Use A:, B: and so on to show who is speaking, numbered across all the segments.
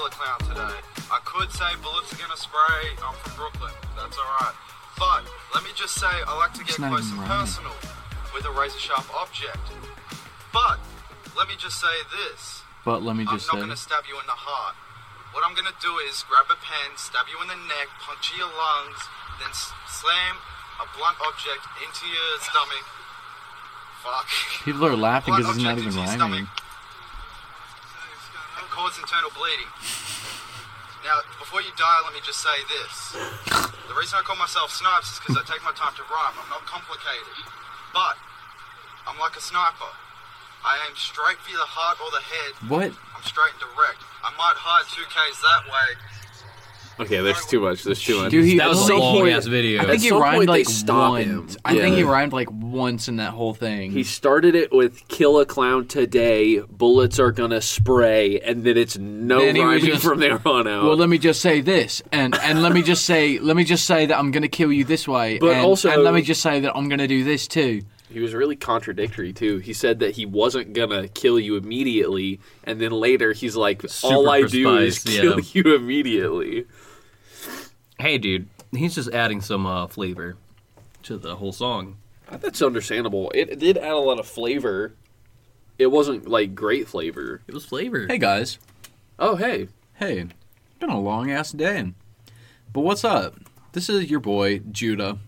A: today. I could say bullets are gonna spray. I'm from Brooklyn. That's all right. But let me just say, I like to
B: It's
A: get
B: not
A: close and
B: even rhyming.
A: personal with a razor sharp object. But let me just say this.
B: But let me
A: I'm
B: just
A: not
B: say,
A: gonna stab you in the heart. What I'm gonna do is grab a pen, stab you in the neck, puncture your lungs, then s- slam a blunt object into your stomach. Fuck.
B: people are laughing
A: Blunt
B: because it's not
A: object
B: even
A: into your
B: rhyming.
A: and cause uh, internal bleeding. Now, before you die, let me just say this. The reason I call myself Snipes is because I take my time to rhyme. I'm not complicated. But, I'm like a sniper. I aim straight for the heart or the head.
B: What?
A: I'm straight and direct. I might hide 2Ks that way.
C: Okay, there's too much. There's too much.
B: Dude, he
D: That was a
B: only-
D: long
C: point-
D: ass video.
C: I
B: I think
C: At
B: he
C: some
B: rhymed
C: point, they
B: like
C: stop him.
B: once. I
C: Yeah.
B: think he rhymed like once in that whole thing.
C: He started it with "Kill a clown today." Bullets are gonna spray, and then it's no
B: Then he was
C: rhyming
B: just-
C: from there on out.
B: well, let me just say this, and and let me just say, let me just say that I'm gonna kill you this way,
C: But
B: and,
C: also-
B: and let me just say that I'm gonna do this too.
C: he was really contradictory too. He said that he wasn't gonna kill you immediately, and then later he's like, "All
D: Super
C: I do is
D: precise,
C: kill
D: yeah.
C: you immediately."
D: hey, dude, he's just adding some uh, flavor to the whole song.
C: That's understandable. It, it did add a lot of flavor. It wasn't like great flavor.
D: It was flavor.
B: Hey guys,
C: Oh hey,
B: hey, it's been a long ass day, but what's up? This is your boy Judah,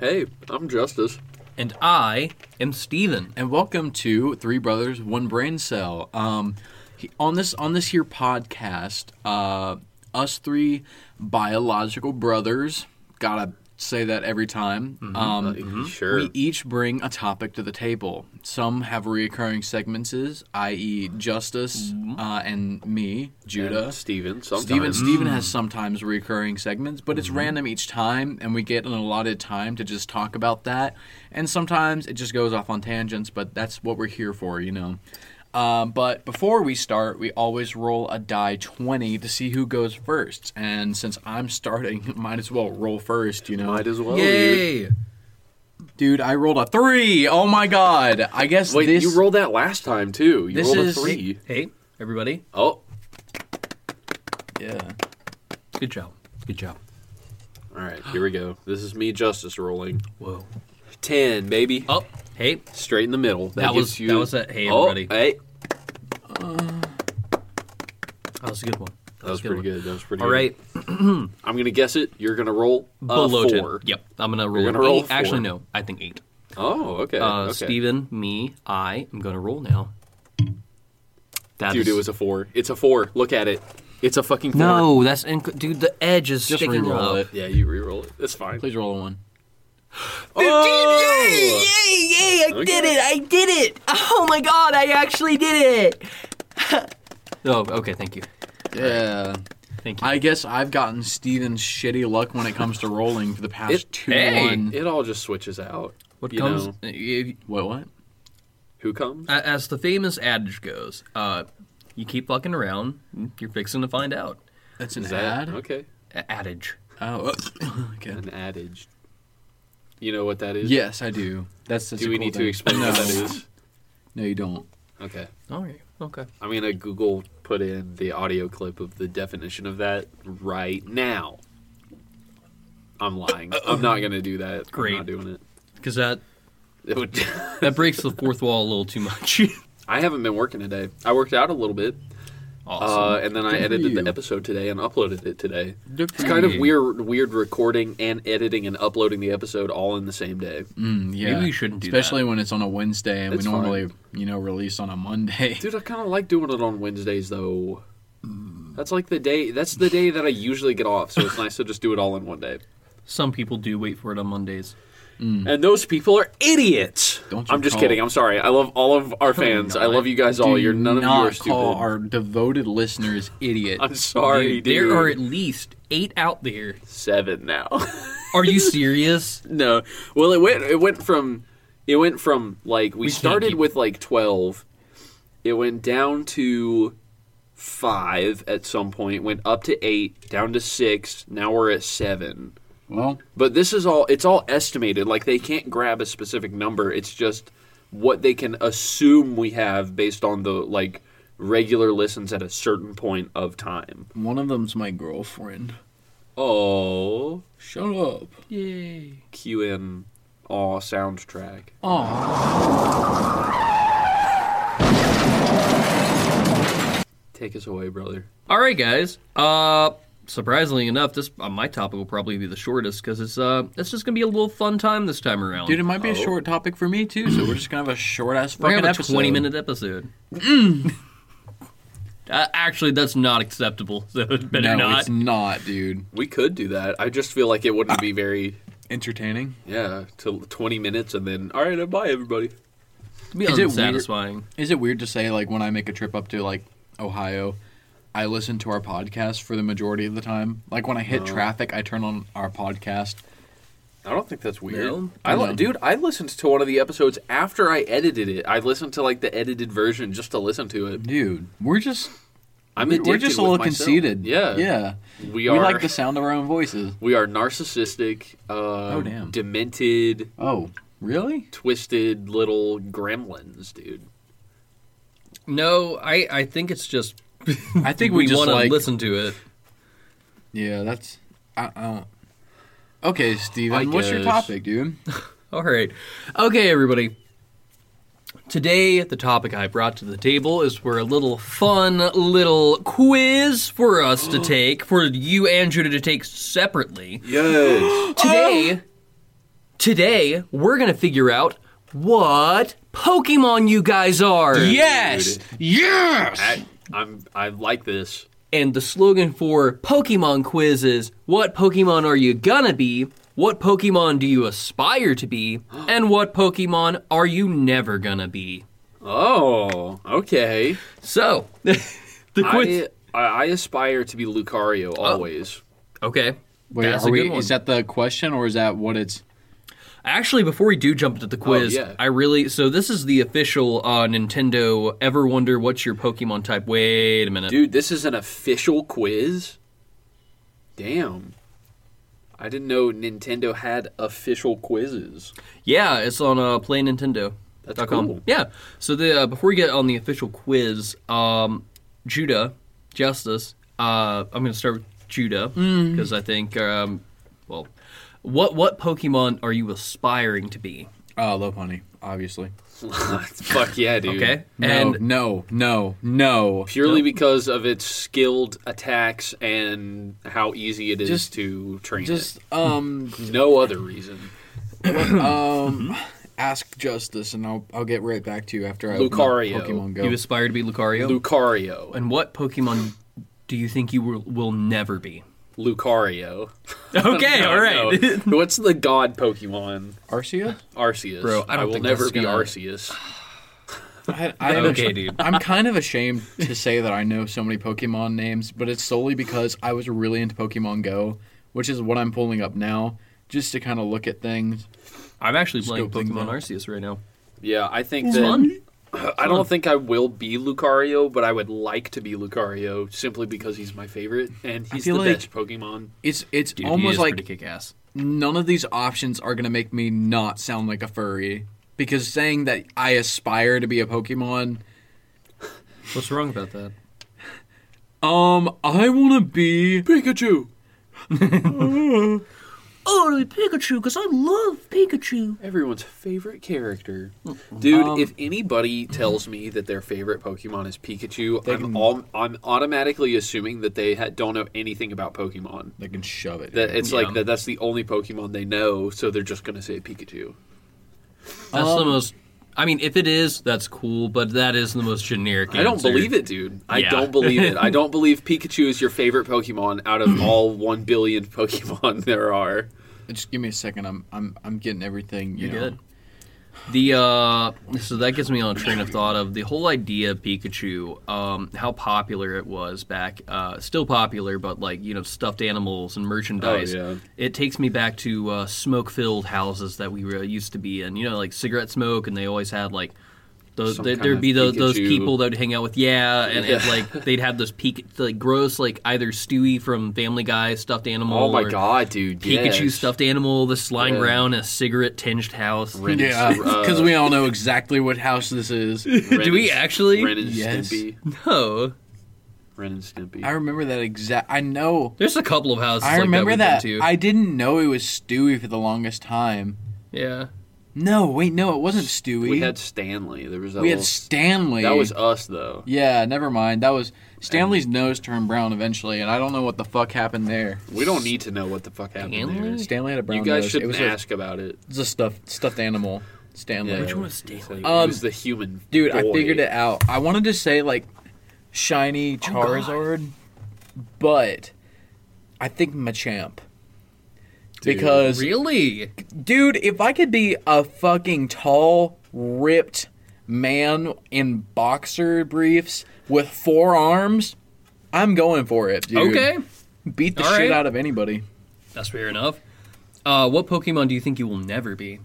C: hey, I'm Justice.
D: And I am Steven.
B: and welcome to Three Brothers One Brain Cell. Um, he- on this on this here podcast, uh, us three biological brothers gotta say that every time. Um,
C: Sure.
B: We each bring a topic to the table. Some have reoccurring segments, i.e., Justice uh, and me, Judah.
C: And Steven.
B: Steven,
C: Sometimes.
B: Steven
D: Mm.
B: has sometimes recurring segments, but
D: Mm-hmm.
B: it's random each time, and we get an allotted time to just talk about that. And sometimes it just goes off on tangents, but that's what we're here for, you know. Um, but before we start, we always roll a die 20 to see who goes first. And since I'm starting, might as well roll first, you know.
C: Might as well. dude.
D: Yay!
B: Dude, I rolled a three. Oh my god! I guess
C: Wait,
B: this.
C: you rolled that last time too. You
B: this
C: rolled
B: is-
C: a three.
D: Hey, everybody.
C: Oh,
B: Yeah.
D: Good job. Good job.
C: all right. Here we go. This is me, Justice, rolling
D: Whoa.
C: ten, baby.
D: Oh, hey.
C: Straight in the middle.
D: That
C: gives
D: was-
C: you...
D: that was a- hey,
C: oh,
D: everybody.
C: Hey, that,
D: That was a good one. That,
C: was,
D: a
C: pretty
D: one.
C: good. That was pretty.
D: All
C: good.
D: right.
C: I'm gonna guess it. You're gonna roll a
D: Below
C: four.
D: 10. Yep. I'm going to roll,
C: gonna
D: an
C: roll
D: eight.
C: four.
D: Actually, no. I think eight.
C: Oh, okay.
D: Uh,
C: okay.
D: Steven, me, I am going to roll now. That
C: Dude,
D: is-
C: it was a four. It's a four. Look at it. It's a fucking four.
D: No, that's. Inc- dude, the edge is
B: Just
D: sticking
B: re-roll
D: up.
B: it.
C: Yeah, you re-roll it. That's fine.
B: Please roll a one.
D: Oh! Yay! Yay! I
C: did it,
D: I did it! Oh my god! I actually did it! oh, okay. Thank you.
B: Yeah.
D: Thank you.
B: I guess I've gotten Steven's shitty luck when it comes to rolling for the past
C: It-
B: two
D: hey!
B: one.
C: It all just switches out.
D: what
C: you
D: comes
C: know.
D: if-
B: What? What?
C: Who comes?
D: a- as the famous adage goes, uh, you keep fucking around, you're fixing to find out.
B: That's an
C: Is
B: ad.
C: that okay?
D: A- adage.
B: Oh. okay.
C: An adage. You know what that is?
B: Yes, I do. That's. that's
C: Do
B: a
C: we
B: cool
C: need
B: thing.
C: to explain
B: no.
C: what that is?
B: No, you don't.
C: Okay.
D: All right. Okay.
C: I'm gonna Google put in the audio clip of the definition of that right now. I'm lying. I'm not gonna do that.
D: Great.
C: I'm not doing it.
D: Because that
C: it would,
D: that breaks the fourth wall a little too much.
C: I haven't been working today. I worked out a little bit.
D: awesome.
C: Uh, and then I
B: Good for
C: edited
B: you.
C: the episode today and uploaded it today.
B: Good
C: It's
B: for
C: kind of
B: you.
C: weird, weird recording and editing and uploading the episode all in the same day.
B: Mm, yeah.
D: we shouldn't do that.
B: Especially when it's on a Wednesday and
C: It's
B: we
C: fine.
B: normally, you know, release on a Monday.
C: Dude, I kind of like doing it on Wednesdays though. That's like the day. That's the day that I usually get off, so it's nice to just do it all in one day.
D: Some people do wait for it on Mondays.
C: And those people are idiots.
B: Hmm. Don't you
C: I'm just
B: call-
C: kidding. I'm sorry. I love all of our fans. I love you guys all.
B: Do
C: You're none of you
B: not
C: are stupid.
B: call our devoted listeners idiots.
C: I'm sorry, dude.
D: Dude, there are at least eight out there.
C: seven now.
D: Are you serious?
C: No. Well, it went. It went from. It went from like we,
D: can't
C: started
D: keep-
C: with like twelve. It went down to five at some point. Went up to eight. Down to six. Now we're at seven.
B: Well,
C: But this is all. It's all estimated. Like they can't grab a specific number. It's just what they can assume we have based on the like regular listens at a certain point of time.
B: One of them's my girlfriend.
C: Oh,
B: Shut up.
D: Yay.
C: cue in aw soundtrack.
B: Oh,
C: Take us away, brother.
D: All right, guys. Uh, surprisingly enough, this uh, my topic will probably be the shortest because it's uh, it's just gonna be a little fun time this time around.
B: dude, it
C: Oh.
B: might be a short topic for me too. So we're just gonna have a short ass
D: We're
B: fucking
D: gonna have a
B: episode. Mm.
D: twenty minute episode. uh, actually, that's not acceptable. So it better
B: No,
D: not.
B: it's not, dude.
C: We could do that. I just feel like it wouldn't be very
B: Entertaining.
C: yeah, till 20 minutes and then all right, bye everybody.
D: It'd be
B: Is it weird-
D: unsatisfying.
B: Is it weird to say like when I make a trip up to like Ohio, I listen to our podcast for the majority of the time? Like when I hit traffic, I turn on our podcast.
C: I don't think that's weird.
D: No?
C: I li-
B: No.
C: dude, I listened to one of the episodes after I edited it. I listened to like the edited version just to listen to it.
B: Dude, we're just
C: I'm addicted
B: we're just a little
C: with myself.
B: conceited.
C: Yeah.
B: Yeah.
C: We
B: We,
C: are
B: like the sound of our own voices.
C: we are narcissistic, uh
B: Oh, damn.
C: demented,
B: Oh, really?
C: twisted little gremlins, dude.
D: No, I I think it's just
B: I think we,
D: we,
B: just
D: want to
B: like
D: listen to it.
B: Yeah, that's I, I don't Okay, Steven,
C: I
B: what's your
C: guess.
B: topic, dude?
D: All right. Okay, everybody. Today, the topic I brought to the table is for a little fun little quiz for us to take, for you, Andrew, to take separately.
C: Yes.
D: Today, today, we're going to figure out what Pokemon you guys are.
B: Yes. Yes.
C: I, I'm I like this.
D: And the slogan for Pokemon quiz is What Pokemon are you gonna be? What Pokemon do you aspire to be? And what Pokemon are you never gonna be?
C: Oh, okay.
D: So, the quiz.
C: I, I I aspire to be
B: Oh.
C: Lucario always.
D: Okay.
B: Wait,
D: That's
B: are
D: a
B: we,
D: good one.
B: is that the question or is that what it's
D: Actually, before we do jump into the quiz,
C: yeah.
D: I really. So, this is the official uh, Nintendo Ever Wonder What's Your Pokemon Type? Wait a minute.
C: Dude, this is an official quiz. Damn. I didn't know Nintendo had official quizzes.
D: Yeah, it's on uh, Play Nintendo.
C: That's
D: dot com.
C: cool.
D: Yeah. So the uh, before we get on the official quiz, um, Judah, Justice, uh, I'm going to start with Judah because I think, um, well, what what Pokemon are you aspiring to be?
B: Oh, love honey, obviously.
C: Fuck yeah, dude.
D: Okay.
B: No,
D: And
B: no, no, no.
C: Purely because of its skilled attacks and how easy it is
B: Just-
C: to train.
B: Just um
C: it. No other reason.
B: um ask justice and I'll I'll get right back to you after I open up
C: Lucario.
B: Pokemon Go.
D: you aspire to be Lucario.
C: Lucario.
D: and what Pokemon do you think you will, will never be?
C: Lucario.
D: Okay.
C: No,
D: all right.
C: no. What's the god Pokemon?
B: Arceus?
C: Arceus.
D: Bro, I don't
C: will
D: think
C: never
D: that's
C: be
D: gonna-
C: Arceus.
B: I, I
D: okay, dude.
B: I'm kind of ashamed to say that I know so many Pokemon names, but it's solely because I was really into Pokemon Go, which is what I'm pulling up now, just to kind of look at things.
D: I'm actually playing
B: Scoping
D: Pokemon
B: that.
D: Arceus right now.
C: Yeah, I think that.
D: fun.
C: I don't think I will be Lucario, but I would like to be Lucario simply because he's my favorite and he's the
B: feel like-
C: best Pokemon.
B: It's it's
D: Dude, he
B: almost
D: is
B: like
D: pretty kick ass.
B: none of these options are gonna make me not sound like a furry because saying that I aspire to be a Pokemon,
D: What's wrong about that?
B: um, I want to be
C: Pikachu.
D: Oh, Pikachu, because I love Pikachu.
C: Everyone's favorite character. Dude,
B: Um,
C: if anybody tells me that their favorite Pokemon is Pikachu, I'm,
B: can-
C: all, I'm automatically assuming that they ha- don't know anything about Pokemon.
B: They can shove it.
C: That it's
D: Yeah.
C: like that that's the only Pokemon they know, so they're just going to say Pikachu.
D: That's
C: Um,
D: the most. I mean, if it is, that's cool, but that is the most generic.
C: I don't believe it, dude. I
D: Yeah.
C: don't believe it. I don't believe Pikachu is your favorite Pokemon out of all 1 billion Pokemon there are.
B: Just give me a second. I'm I'm I'm getting everything. You
D: You're
B: know.
D: good. The uh, so that gets me on a train of thought of the whole idea of Pikachu, um, how popular it was back, uh, still popular, but like you know stuffed animals and merchandise.
C: Oh, yeah.
D: It takes me back to uh, smoke-filled houses that we were, used to be in. You know, like cigarette smoke, and they always had like Those,
C: Some
D: there,
C: kind
D: there'd
C: of
D: be those, those
C: Pikachu.
D: people that would hang out with, yeah, and, and,
C: Yeah.
D: like they'd have those peak, like gross, like either Stewie from Family Guy stuffed animal,
C: Oh my
D: or
C: god, dude!
D: Pikachu
C: yes.
D: stuffed animal, this lying
C: Yeah.
D: around in a cigarette tinged house.
C: Ren and
B: Yeah,
C: St- uh,
B: because we all know exactly what house this is.
C: Ren
D: Do we
C: and-
D: actually?
C: Ren and
B: Yes.
C: Stimpy.
D: No,
C: Ren and Stimpy.
B: I remember that exact. I know.
D: there's a couple of houses.
B: I
D: like
B: remember
D: that.
B: that.
D: we've been to.
B: I didn't know it was Stewie for the longest time.
D: yeah,
B: No, wait, no, it wasn't Stewie.
C: we had Stanley. There was that
B: we had
C: little-
B: Stanley.
C: That was us though.
B: Yeah, never mind. That was Stanley's nose turned brown eventually, and I don't know what the fuck happened there.
C: We don't need to know what the fuck happened
D: Stanley?
C: there.
B: Stanley had a brown
C: You guys
B: nose. it
C: shouldn't
B: was a-
C: ask about it.
B: it was a, stuffed stuffed animal. Stanley.
C: Yeah.
D: Which one was Stanley?
C: Like, it was the human.
B: Um, Dude, I
C: boy.
B: figured it out. I wanted to say like shiny
D: Oh, God.
B: Charizard, but I think Machamp.
C: Dude.
B: because
D: really?
B: dude, if I could be a fucking tall, ripped man in boxer briefs with four arms, I'm going for it, dude.
D: Okay,
B: Beat the
D: All
B: shit
D: right.
B: out of anybody.
D: that's fair enough. Uh, what Pokemon do you think you will never be?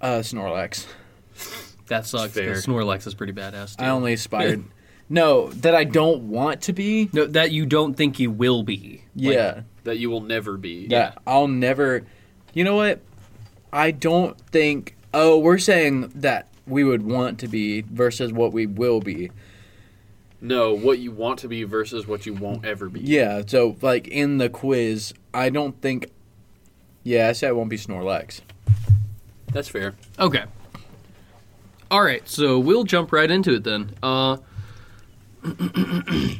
B: Uh, Snorlax.
D: That sucks.
C: Fair.
D: Because Snorlax is pretty badass. Dude.
B: I only aspired. no, that I don't want to be.
D: no, that you don't think you will be. Like,
B: yeah.
C: that you will never be.
B: that I'll never. You know what? I don't think. Oh, we're saying that we would want to be versus what we will be.
C: No, what you want to be versus what you won't ever be.
B: Yeah. So, like in the quiz, I don't think. Yeah, I said I won't be Snorlax.
C: That's fair.
D: Okay. All right, so we'll jump right into it then. Uh,
C: Poo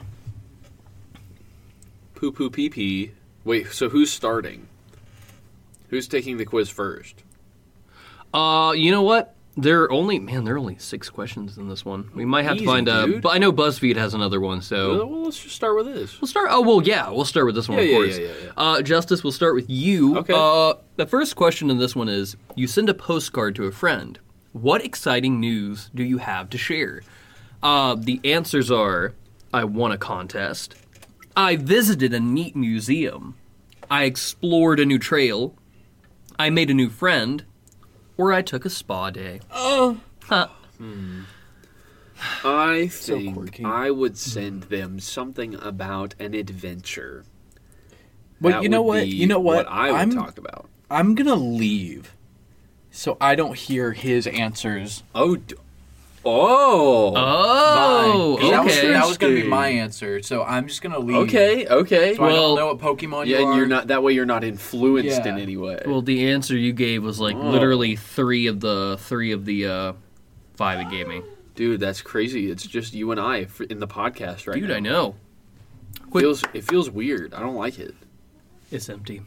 C: poo pee pee. Wait, so who's starting? Who's taking the quiz first?
D: uh, you know what? There are only man, there are only six questions in this one. We might have
C: Easy,
D: to find a.
C: dude.
D: But I know BuzzFeed has another one, so
C: Well, let's just start with this.
D: we'll start. Oh well, yeah, we'll start with this one.
C: Yeah,
D: of
C: yeah,
D: course.
C: yeah, yeah, yeah.
D: Uh, Justice, we'll start with you.
C: Okay.
D: Uh, the first question in this one is: You send a postcard to a friend. What exciting news do you have to share? Uh, the answers are: I won a contest. I visited a neat museum. I explored a new trail. I made a new friend. Or I took a spa day. Oh.
C: I
B: So
C: think
B: quirky.
C: I would send them something about an adventure.
B: But
C: That
B: you know
C: would
B: what?
C: be
B: You know what?
C: I would
B: I'm
C: talk about.
B: I'm gonna leave, so I don't hear his answers.
C: Oh, d- oh,
D: Oh,
B: Bye. 'Cause that was-
D: okay.
B: that was gonna be
C: Interesting.
B: my answer. So I'm just gonna leave.
C: okay, okay.
B: So I
D: Well-
B: don't know what Pokemon
C: yeah,
B: you
C: and
B: are.
C: you're not that way. You're not influenced
B: Yeah.
C: in any way.
D: Well, the answer you gave was like
C: Oh.
D: literally three of the three of the uh, five it gave me.
C: Dude, that's crazy. It's just you and I f- in the podcast right
D: Dude,
C: now.
D: I know
C: It feels, it feels weird. I don't like it.
D: it's empty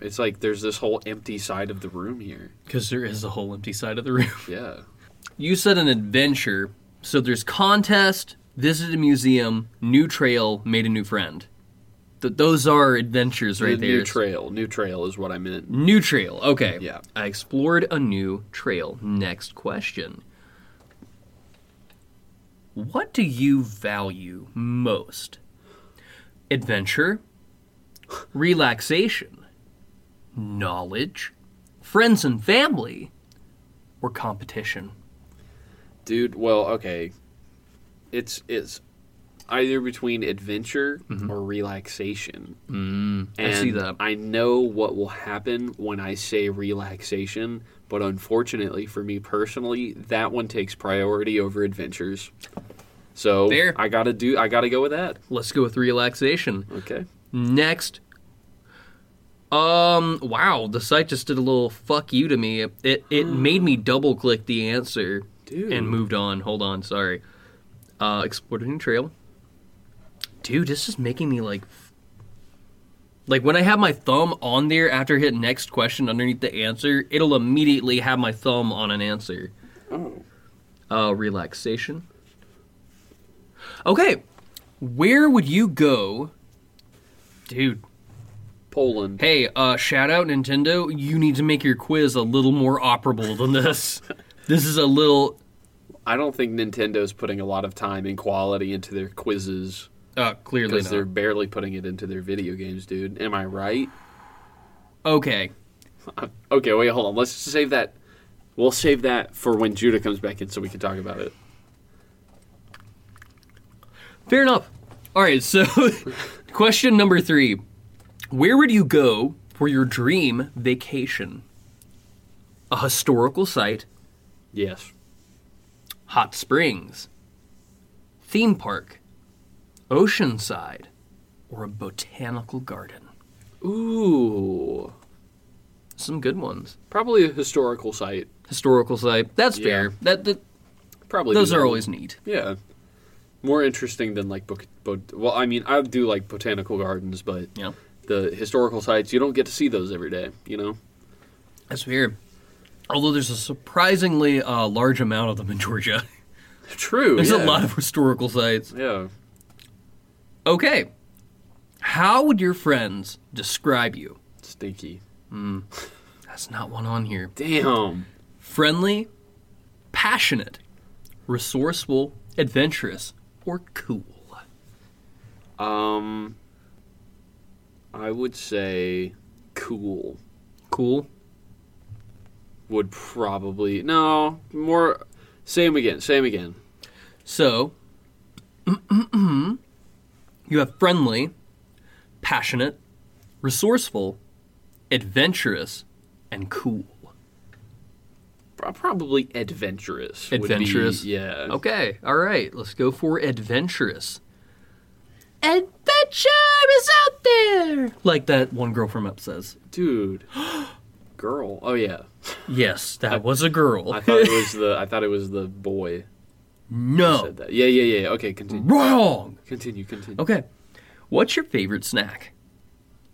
C: It's like there's this whole empty side of the room here.
D: because there is a whole empty side of the room.
C: Yeah.
D: You said an adventure, so there's contest, visited a museum, new trail, made a new friend. Th- those are adventures right
C: The
D: there.
C: New trail. New trail is what I meant.
D: New trail. Okay.
C: Yeah.
D: I explored a new trail. Next question. What do you value most? Adventure, relaxation, knowledge, friends and family, or competition?
C: Dude, well, okay. It's it's either between adventure or relaxation. Mm,
D: Mm-hmm. I see that.
C: I know what will happen when I say relaxation, but unfortunately for me personally, that one takes priority over adventures. So
D: Fair.
C: I gotta do. I gotta go with that.
D: Let's go with relaxation.
C: Okay.
D: Next. Um, wow, the site just did a little fuck you to me. It it, it made me double click the answer
C: Dude.
D: and moved on. Hold on, sorry. Uh explored a new trail. Dude, this is making me like like when I have my thumb on there after hit next question underneath the answer, it'll immediately have my thumb on an answer.
C: Oh.
D: Uh relaxation. Okay. Where would you go? Dude,
C: Poland.
D: Hey, uh, shout out Nintendo. You need to make your quiz a little more operable than this. this is a little.
C: I don't think Nintendo's putting a lot of time and quality into their quizzes
D: Uh, clearly
C: because they're
D: not.
C: barely putting it into their video games, dude. Am I right?
D: Okay.
C: Okay, wait, hold on. Let's save that We'll save that for when Judah comes back in so we can talk about it.
D: Fair enough. All right, so question number three Where would you go for your dream vacation? A historical site,
C: Yes.
D: hot springs, theme park, oceanside, or a botanical garden?
C: Ooh.
D: Some good ones.
C: Probably a historical site.
D: Historical site. That's fair.
C: Yeah.
D: That, that
C: Probably do
D: those
C: that
D: are
C: one.
D: always neat.
C: yeah more interesting than like book. But well, I mean, I do like botanical gardens, but
D: Yeah,
C: the historical sites you don't get to see those every day. You know.
D: that's fair. Although there's a surprisingly uh, large amount of them in Georgia.
C: True.
D: There's
C: yeah.
D: a lot of historical sites.
C: Yeah.
D: Okay. How would your friends describe you?
C: Stinky.
D: That's not one on here.
C: Damn.
D: Friendly, passionate, resourceful, adventurous, or cool.
C: Um. I would say cool
D: Cool?
C: would probably no more. Same again. Same again.
D: So, you have friendly, passionate, resourceful, adventurous, and cool.
C: Pro- Probably adventurous. would be-
D: Adventurous?
C: yeah.
D: Okay, all right, let's go for adventurous. Adventure is out there! Like that one girl from Up says.
C: Dude. Girl. Oh yeah.
D: Yes, that was a girl.
C: I thought it was the. I thought it was the boy.
D: no,
C: said that. Yeah, yeah, yeah. Okay, continue.
D: wrong.
C: Continue, continue.
D: Okay, what's your favorite snack?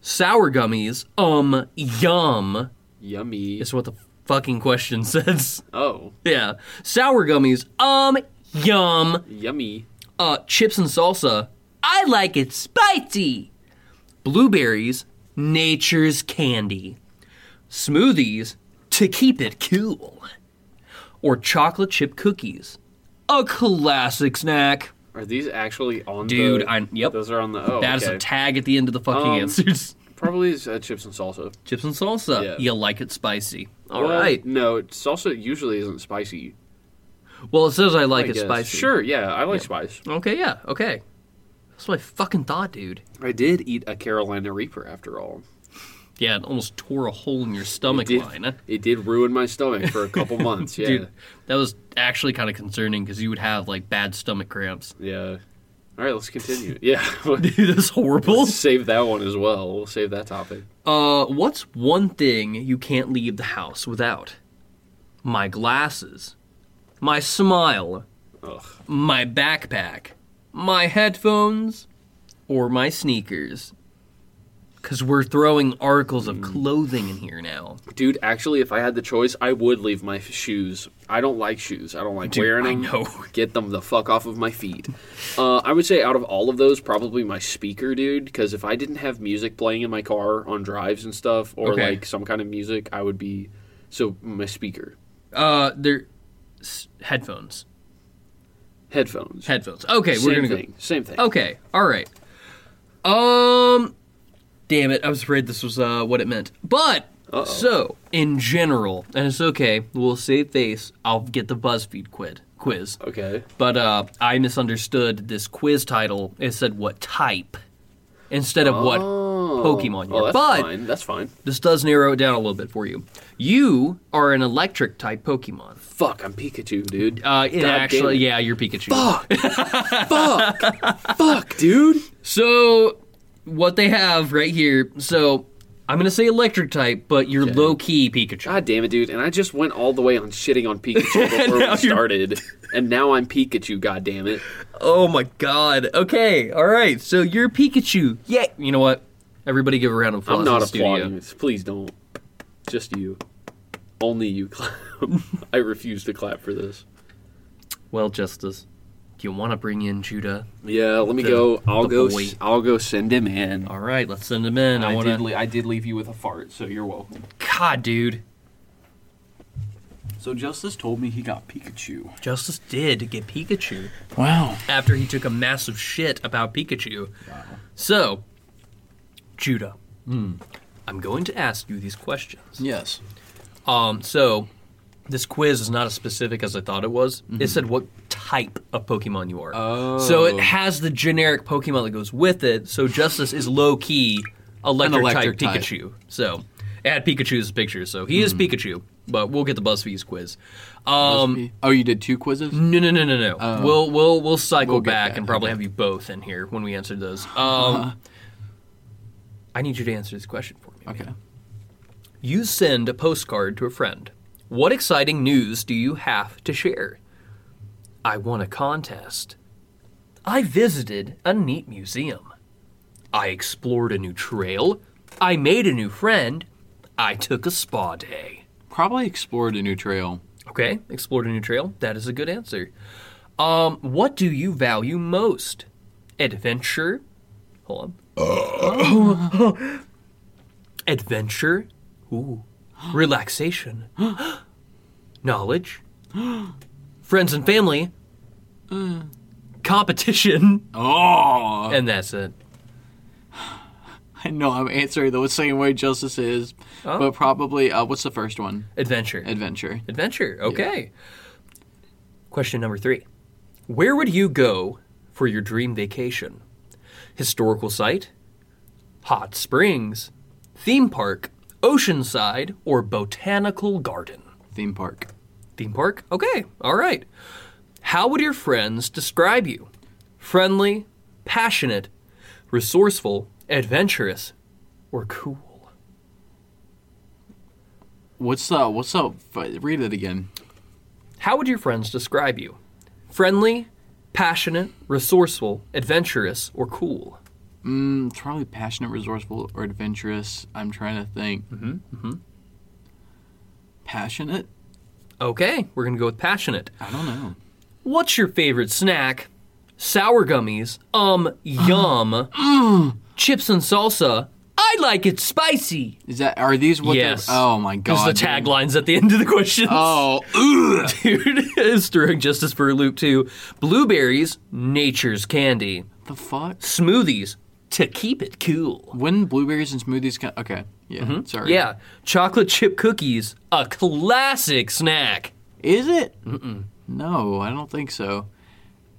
D: Sour gummies. Um, yum.
C: Yummy.
D: Is what the fucking question says.
C: Oh,
D: yeah, sour gummies. Um, yum.
C: yummy.
D: Uh, chips and salsa. I like it spicy. Blueberries. Nature's candy. Smoothies to keep it cool. Or chocolate chip cookies. A classic snack.
C: Are these actually on
D: Dude,
C: the...
D: I- yep.
C: Those are on the... Oh,
D: That is
C: okay.
D: a tag at the end of the fucking
C: Um,
D: answers.
C: Probably is uh, chips and salsa.
D: Chips and salsa.
C: yeah.
D: You like it spicy. All
C: Well,
D: right.
C: No, salsa usually isn't spicy.
D: Well, it says I like
C: I
D: it
C: guess.
D: spicy.
C: Sure, yeah, I like spice.
D: Okay, yeah, okay. That's what I fucking thought, dude.
C: I did eat a Carolina Reaper after all.
D: Yeah, it almost tore a hole in your stomach
C: Did-
D: line. huh?
C: It did ruin my stomach for a couple months, yeah.
D: Dude, that was actually kind of concerning because you would have like bad stomach cramps.
C: Yeah. All right, let's continue. Yeah,
D: Dude, that's horrible.
C: we'll save that one as well. We'll save that topic.
D: Uh, what's one thing you can't leave the house without? My glasses, my smile,
C: Ugh.
D: my backpack, my headphones, or my sneakers. Because we're throwing articles
C: Hmm.
D: of clothing in here now.
C: Dude, actually, if I had the choice, I would leave my f- shoes. I don't like shoes. I don't like wearing
D: I
C: them.
D: know.
C: Get them the fuck off of my feet. Uh, I would say out of all of those, probably my speaker, dude. Because if I didn't have music playing in my car on drives and stuff, or
D: Okay.
C: like some kind of music, I would be. So my speaker,
D: Uh, they're s- headphones.
C: headphones.
D: Headphones. Okay,
C: Same
D: we're gonna
C: thing. Same thing.
D: go. Oh. Okay, all right. Um, damn it! I was afraid this was uh what it meant. But so in general, and it's okay. We'll save face. I'll get the BuzzFeed quid quiz.
C: Okay.
D: But uh, I misunderstood this quiz title. It said what type instead of what Pokemon you
C: Oh, that's
D: are. but
C: fine. That's fine.
D: this does narrow it down a little bit for you. You are an electric type Pokemon.
C: Fuck, I'm Pikachu, dude.
D: Uh, it
C: God
D: actually,
C: damn it.
D: yeah, you're Pikachu.
C: Fuck, dude.
D: So, what they have right here. So, I'm gonna say electric type, but you're low key Pikachu.
C: God damn it, dude. And I just went all the way on shitting on Pikachu before we started. And now I'm Pikachu, god damn it.
D: Oh my god. Okay. All right. So you're Pikachu. Yeah. You know what? Everybody give a round of applause.
C: I'm not
D: in the studio.
C: applauding this. Please don't. Just you. Only you clap. I refuse to clap for this.
D: Well, Justice, do you want to bring in Judah?
C: Yeah, let me go. I'll
D: the
C: go.
D: boy.
C: s- I'll go send him in.
D: All right. Let's send him in. I, want to.
C: I did leave you with a fart, so you're welcome.
D: God, dude.
E: So Justice told me he got Pikachu.
D: Justice did get Pikachu
B: Wow.
D: after he took a massive shit about Pikachu. So, Judah, Hmm. I'm going to ask you these questions.
B: Yes.
D: Um, so this quiz is not as specific as I thought it was.
B: Mm-hmm.
D: It said what type of Pokemon you are. Oh. So it has the generic Pokemon that goes with it. So Justice is low key electric,
B: electric
D: type
B: type. Mm-hmm.
D: Pikachu. So it had Pikachu's picture. So he is Pikachu, but we'll get the BuzzFeed's quiz. Um,
B: oh, you did two quizzes?
D: no, no, no, no, no. we'll we'll Um, we'll cycle
B: We'll get
D: back
B: that,
D: and probably
B: okay.
D: have you both in here when we answer those. Um, I need you to answer this question for me.
B: Okay.
D: You send a postcard to a friend. What exciting news do you have to share? I won a contest. I visited a neat museum. I explored a new trail. I made a new friend. I took a spa day.
B: Probably explored a new trail.
D: Okay, explored a new trail. That is a good answer. Um, what do you value most? Adventure. Hold on. Adventure. Ooh. Relaxation. Knowledge. Friends and family. Competition.
B: Oh,
D: And that's it.
B: I know I'm answering the same way Justice is, but probably uh, what's the first one?
D: Adventure.
B: Adventure.
D: Adventure. Okay. Question number three Where would you go for your dream vacation? Historical site, hot springs, theme park, oceanside, or botanical garden?
B: Theme park.
D: Theme park? Okay. All right. How would your friends describe you? Friendly, passionate, resourceful, adventurous, or cool?
B: What's the what's up? Read it again.
D: How would your friends describe you? Friendly, passionate, resourceful, adventurous, or cool?
B: Mm, probably passionate, resourceful, or adventurous. I'm trying to think. Mm-hmm. mm-hmm. Passionate.
D: Okay, we're gonna go with passionate.
B: I don't know.
D: What's your favorite snack? Sour gummies. Um, yum. Chips and salsa. I like it spicy.
B: Is that are these what? they're-
D: Yes.
B: Oh my god.
D: Because the
B: dude.
D: taglines at the end of the questions.
B: Oh,
D: dude, it's throwing justice for a loop too. Blueberries, nature's candy.
B: the fuck.
D: Smoothies to keep it cool.
B: When blueberries and smoothies. Can, okay. Yeah. Sorry.
D: Mm-hmm. Yeah, chocolate chip cookies, a classic snack.
B: Is it? Mm-mm. No, I don't think so.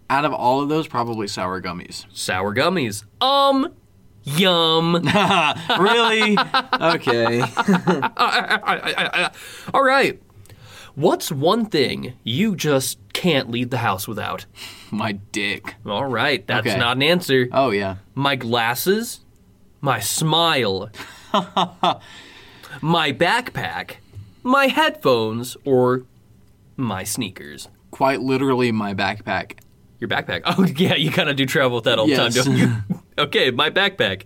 B: Out of all of those, probably sour gummies.
D: Sour gummies. Um, yum.
B: really? okay.
D: All right. What's one thing you just can't leave the house without?
B: My dick.
D: All right, that's
B: Okay.
D: not an answer.
B: Oh yeah.
D: My glasses, my smile, my backpack, my headphones, or my sneakers.
B: Quite literally my backpack.
D: Your backpack. Oh yeah, you kind of do travel with that all the
B: Yes.
D: time, don't you? okay, my backpack.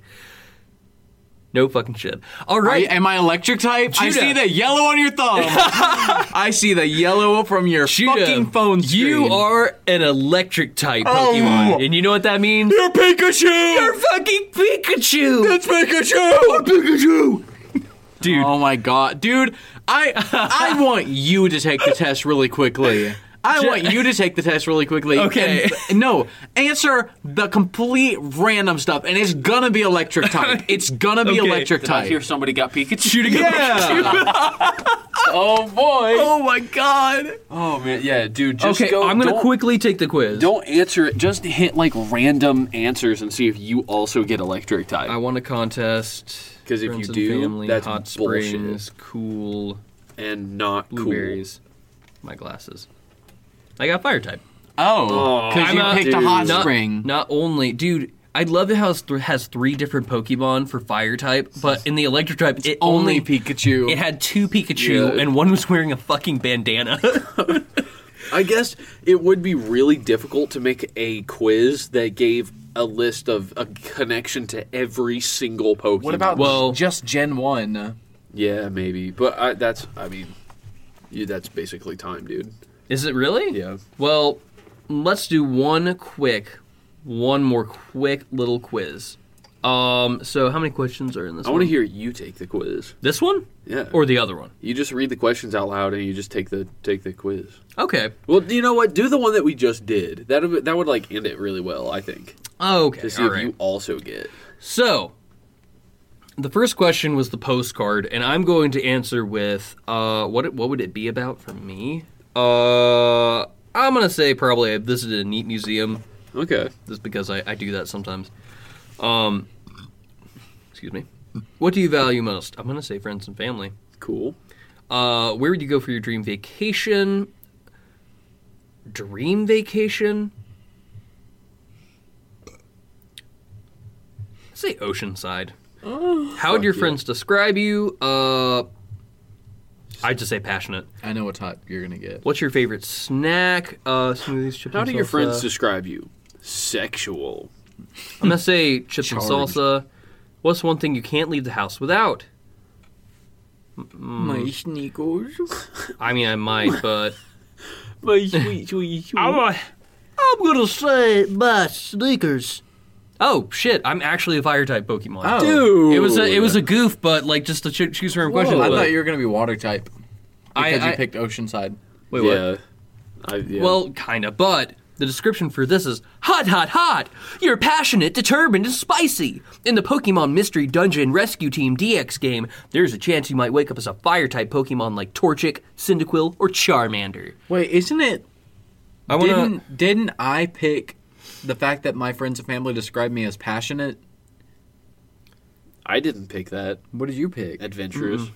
D: No fucking shit. All
B: Are you-
D: right,
B: am I electric type? I
D: Judah.
B: see the yellow on your thumb. I see the yellow from your
D: Judah,
B: fucking phone screen.
D: You are an electric type Pokemon, and you know what that means?
B: You're Pikachu.
D: You're fucking Pikachu,
B: it's Pikachu. Pikachu.
D: dude.
B: Oh my god, dude! I I want you to take the test really quickly. I want you to take the test really quickly.
D: Okay.
B: and- no, answer the complete random stuff, and it's gonna be electric type. It's gonna be
D: Okay.
B: electric
E: I hear
B: type.
E: somebody got Pikachu.
D: Shooting a-
B: Yeah. oh boy.
D: Oh my god.
E: Oh man, yeah, dude. Just
D: Okay,
E: go,
D: I'm gonna
E: don't-
D: quickly take the quiz.
E: Don't answer it. Just hit like random answers and see if you also get electric
D: I
E: type.
D: want a contest.
E: 'Cause if you
D: Friends and
E: do,
D: family,
E: that's
D: hot
E: bullshit.
D: springs, cool
E: And not
D: blueberries, my glasses. I got fire type.
B: Oh, because
D: I'm
B: you
D: a-
B: picked a hot
E: dude.
D: not,
B: spring.
D: Not only, dude. I love it how it th- has three different Pokemon for fire type, but in the electric type, it
B: Only
D: only
B: Pikachu.
D: it had two Pikachu,
E: Yeah.
D: and one was wearing a fucking bandana.
E: Cool. I guess it would be really difficult to make a quiz that gave a list of a connection to every single Pokemon.
B: what about
D: Well-
B: just Gen One?
E: Yeah, maybe. But I, that's. I mean, you, that's basically time, dude.
D: Is it really?
E: Yeah.
D: Well, let's do one quick, one more quick little quiz. Um, so how many questions are in this?
E: I want to hear you take the quiz.
D: this one
E: Yeah.
D: or the other one.
E: you just read the questions out loud and you just take the take the quiz.
D: Okay.
E: Well, you know what? Do the one that we just did. That would that would like end it really well, I think.
D: Okay.
E: To see
D: all
E: if
D: right.
E: you also get.
D: So, the first question was the postcard, and I'm going to answer with uh, what it, what would it be about for me? Uh, I'm gonna say probably I visited a neat museum
C: Okay.
D: just because I, I do that sometimes. Um, excuse me. What do you value most? I'm gonna say friends and family.
C: Cool.
D: Uh, where would you go for your dream vacation? Dream vacation? Say oceanside.
C: Oh,
D: How would your friends describe you? Uh, I'd just say passionate.
B: I know what type you're gonna get.
D: What's your favorite snack? Uh, smoothies, chips.
C: How
D: and
C: do your
D: salsa.
C: friends describe you? Sexual.
D: I'm gonna say chips and
B: Charred.
D: salsa. What's one thing you can't leave the house without?
B: My sneakers.
D: I mean, I might, but
C: How
D: I'm gonna say my sneakers. Oh shit! I'm actually a fire type Pokemon.
B: Oh,
C: Dude.
D: It was a it was a goof, but like just to cho- choose random question.
B: I
D: but
B: thought you were gonna be water type because
D: I-
B: you
D: I-
B: picked Oceanside.
D: wait, what?
C: yeah. I, yeah.
D: Well, kinda, but the description for this is hot, hot, hot. You're passionate, determined, and spicy. In the Pokemon Mystery Dungeon Rescue Team DX game, there's a chance you might wake up as a fire type Pokemon like Torchic, Cyndaquil, or Charmander.
B: Wait, isn't it?
D: I
B: Didn't didn't I pick the fact that my friends and family described me as passionate?
C: I didn't pick that.
B: What did you pick?
C: Adventurers.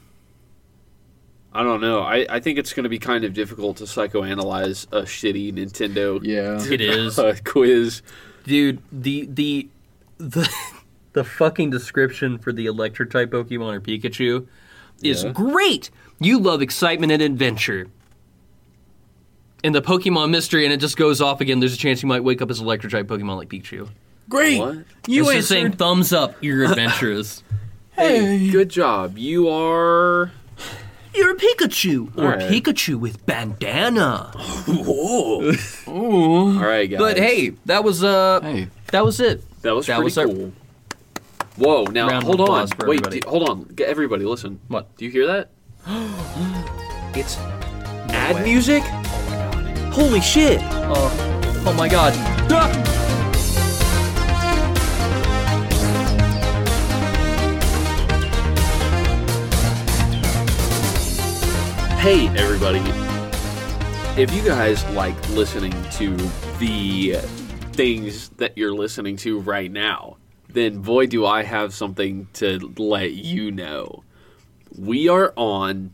C: I don't know. I, I think it's going to be kind of difficult to psychoanalyze a shitty Nintendo
B: Yeah.
D: It is.
C: uh, quiz.
D: Dude, the the the the fucking description for the electric type Pokemon or Pikachu is
C: Yeah.
D: great. You love excitement and adventure. In the Pokemon mystery, and it just goes off again. There's a chance you might wake up as electric type Pokemon like Pikachu.
B: Great.
C: What?
B: You
D: it's
B: answered.
D: just saying thumbs up your adventures.
C: Hey, good job. You are.
D: You're a Pikachu or
C: All right.
D: Pikachu with bandana.
C: Whoa. All right, guys.
D: But hey, that was uh,
B: Hey.
D: that was it.
C: that was
D: that
C: pretty
D: was our-
C: cool. Whoa! Now
D: Round of
C: hold on.
D: applause for
C: Wait,
D: everybody.
C: do- hold on. G- Everybody, listen.
D: What?
C: Do you hear that?
D: It's
C: Ad music. Holy shit!
D: uh, oh my god.
C: Hey, everybody. If you guys like listening to the things that you're listening to right now, then boy, do I have something to let you know. We are on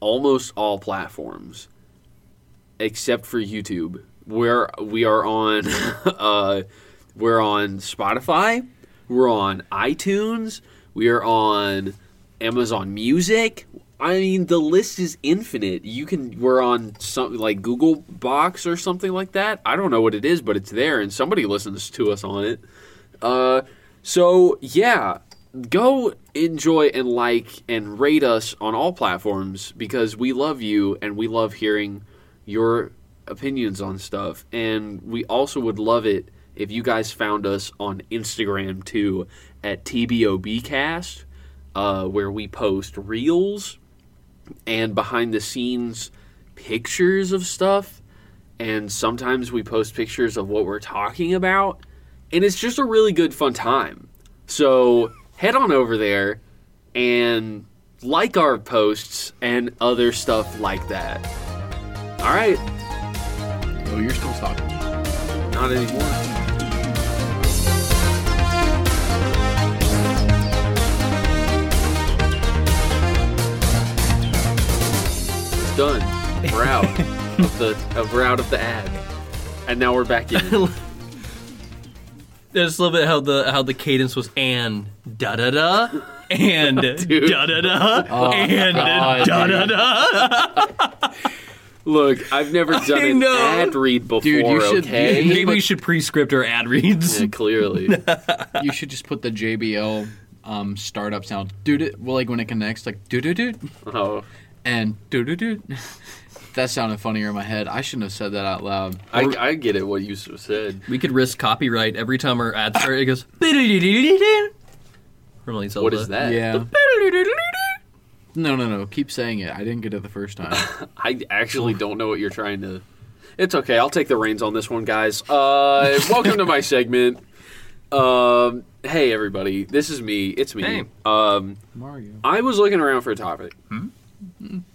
C: almost all platforms except for YouTube. Where we are on, uh, we're on Spotify, we're on iTunes, we are on Amazon Music. I mean, the list is infinite. You can we're on something like Google Box or something like that. I don't know what it is, but it's there, and somebody listens to us on it. Uh, so yeah, go enjoy and like and rate us on all platforms because we love you and we love hearing your opinions on stuff. And we also would love it if you guys found us on Instagram too at TBOBcast, uh, where we post reels and behind the scenes pictures of stuff and sometimes we post pictures of what we're talking about and it's just a really good fun time so head on over there and like our posts and other stuff like that all right
B: Oh, you're still talking.
C: not anymore It's done we're out of the uh, we're out of the ad and now we're back in
D: There's a little bit how the how the cadence was and da da da and da da da and
B: God,
D: da da da.
C: Look, I've never done an
D: know.
C: ad read before.
B: Dude, you should-
C: okay,
D: Maybe we should pre-script our ad reads.
C: Yeah, clearly.
B: you should just put the JBL um, startup sound. Dude, it- well, like when it connects, like doo doo doo,
C: Oh,
B: and doo doo doo. That sounded funnier in my head. I shouldn't have said that out loud.
C: I, I get it. What you s- said.
D: We could risk copyright every time our ad starts. It goes. "Bididididididid." From Lisa.
C: What is that?
B: Yeah. No, no, no. Keep saying it. I didn't get it the first time.
C: I actually don't know what you're trying to. It's okay. I'll take the reins on this one, guys. Uh, welcome to my segment. Um, hey everybody, this is me. It's me.
D: Hey.
C: Um,
B: Mario.
C: I was looking around for a topic,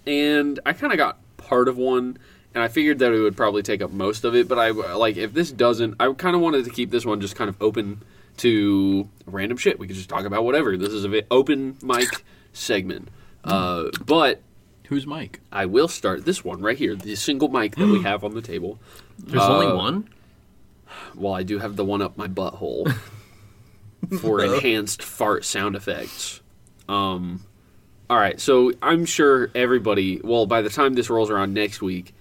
C: and I kind of got part of one, and I figured that it would probably take up most of it. But I like if this doesn't, I kind of wanted to keep this one just kind of open to random shit. We could just talk about whatever. This is a vi- open mic segment. Uh, but
B: Who's Mike?
C: I will start this one right here, the single mic that we have on the table.
D: There's only one.
C: Well, I do have the one up my butthole for enhanced fart sound effects. Um, all right, so I'm sure everybody. Well, by the time this rolls around next week,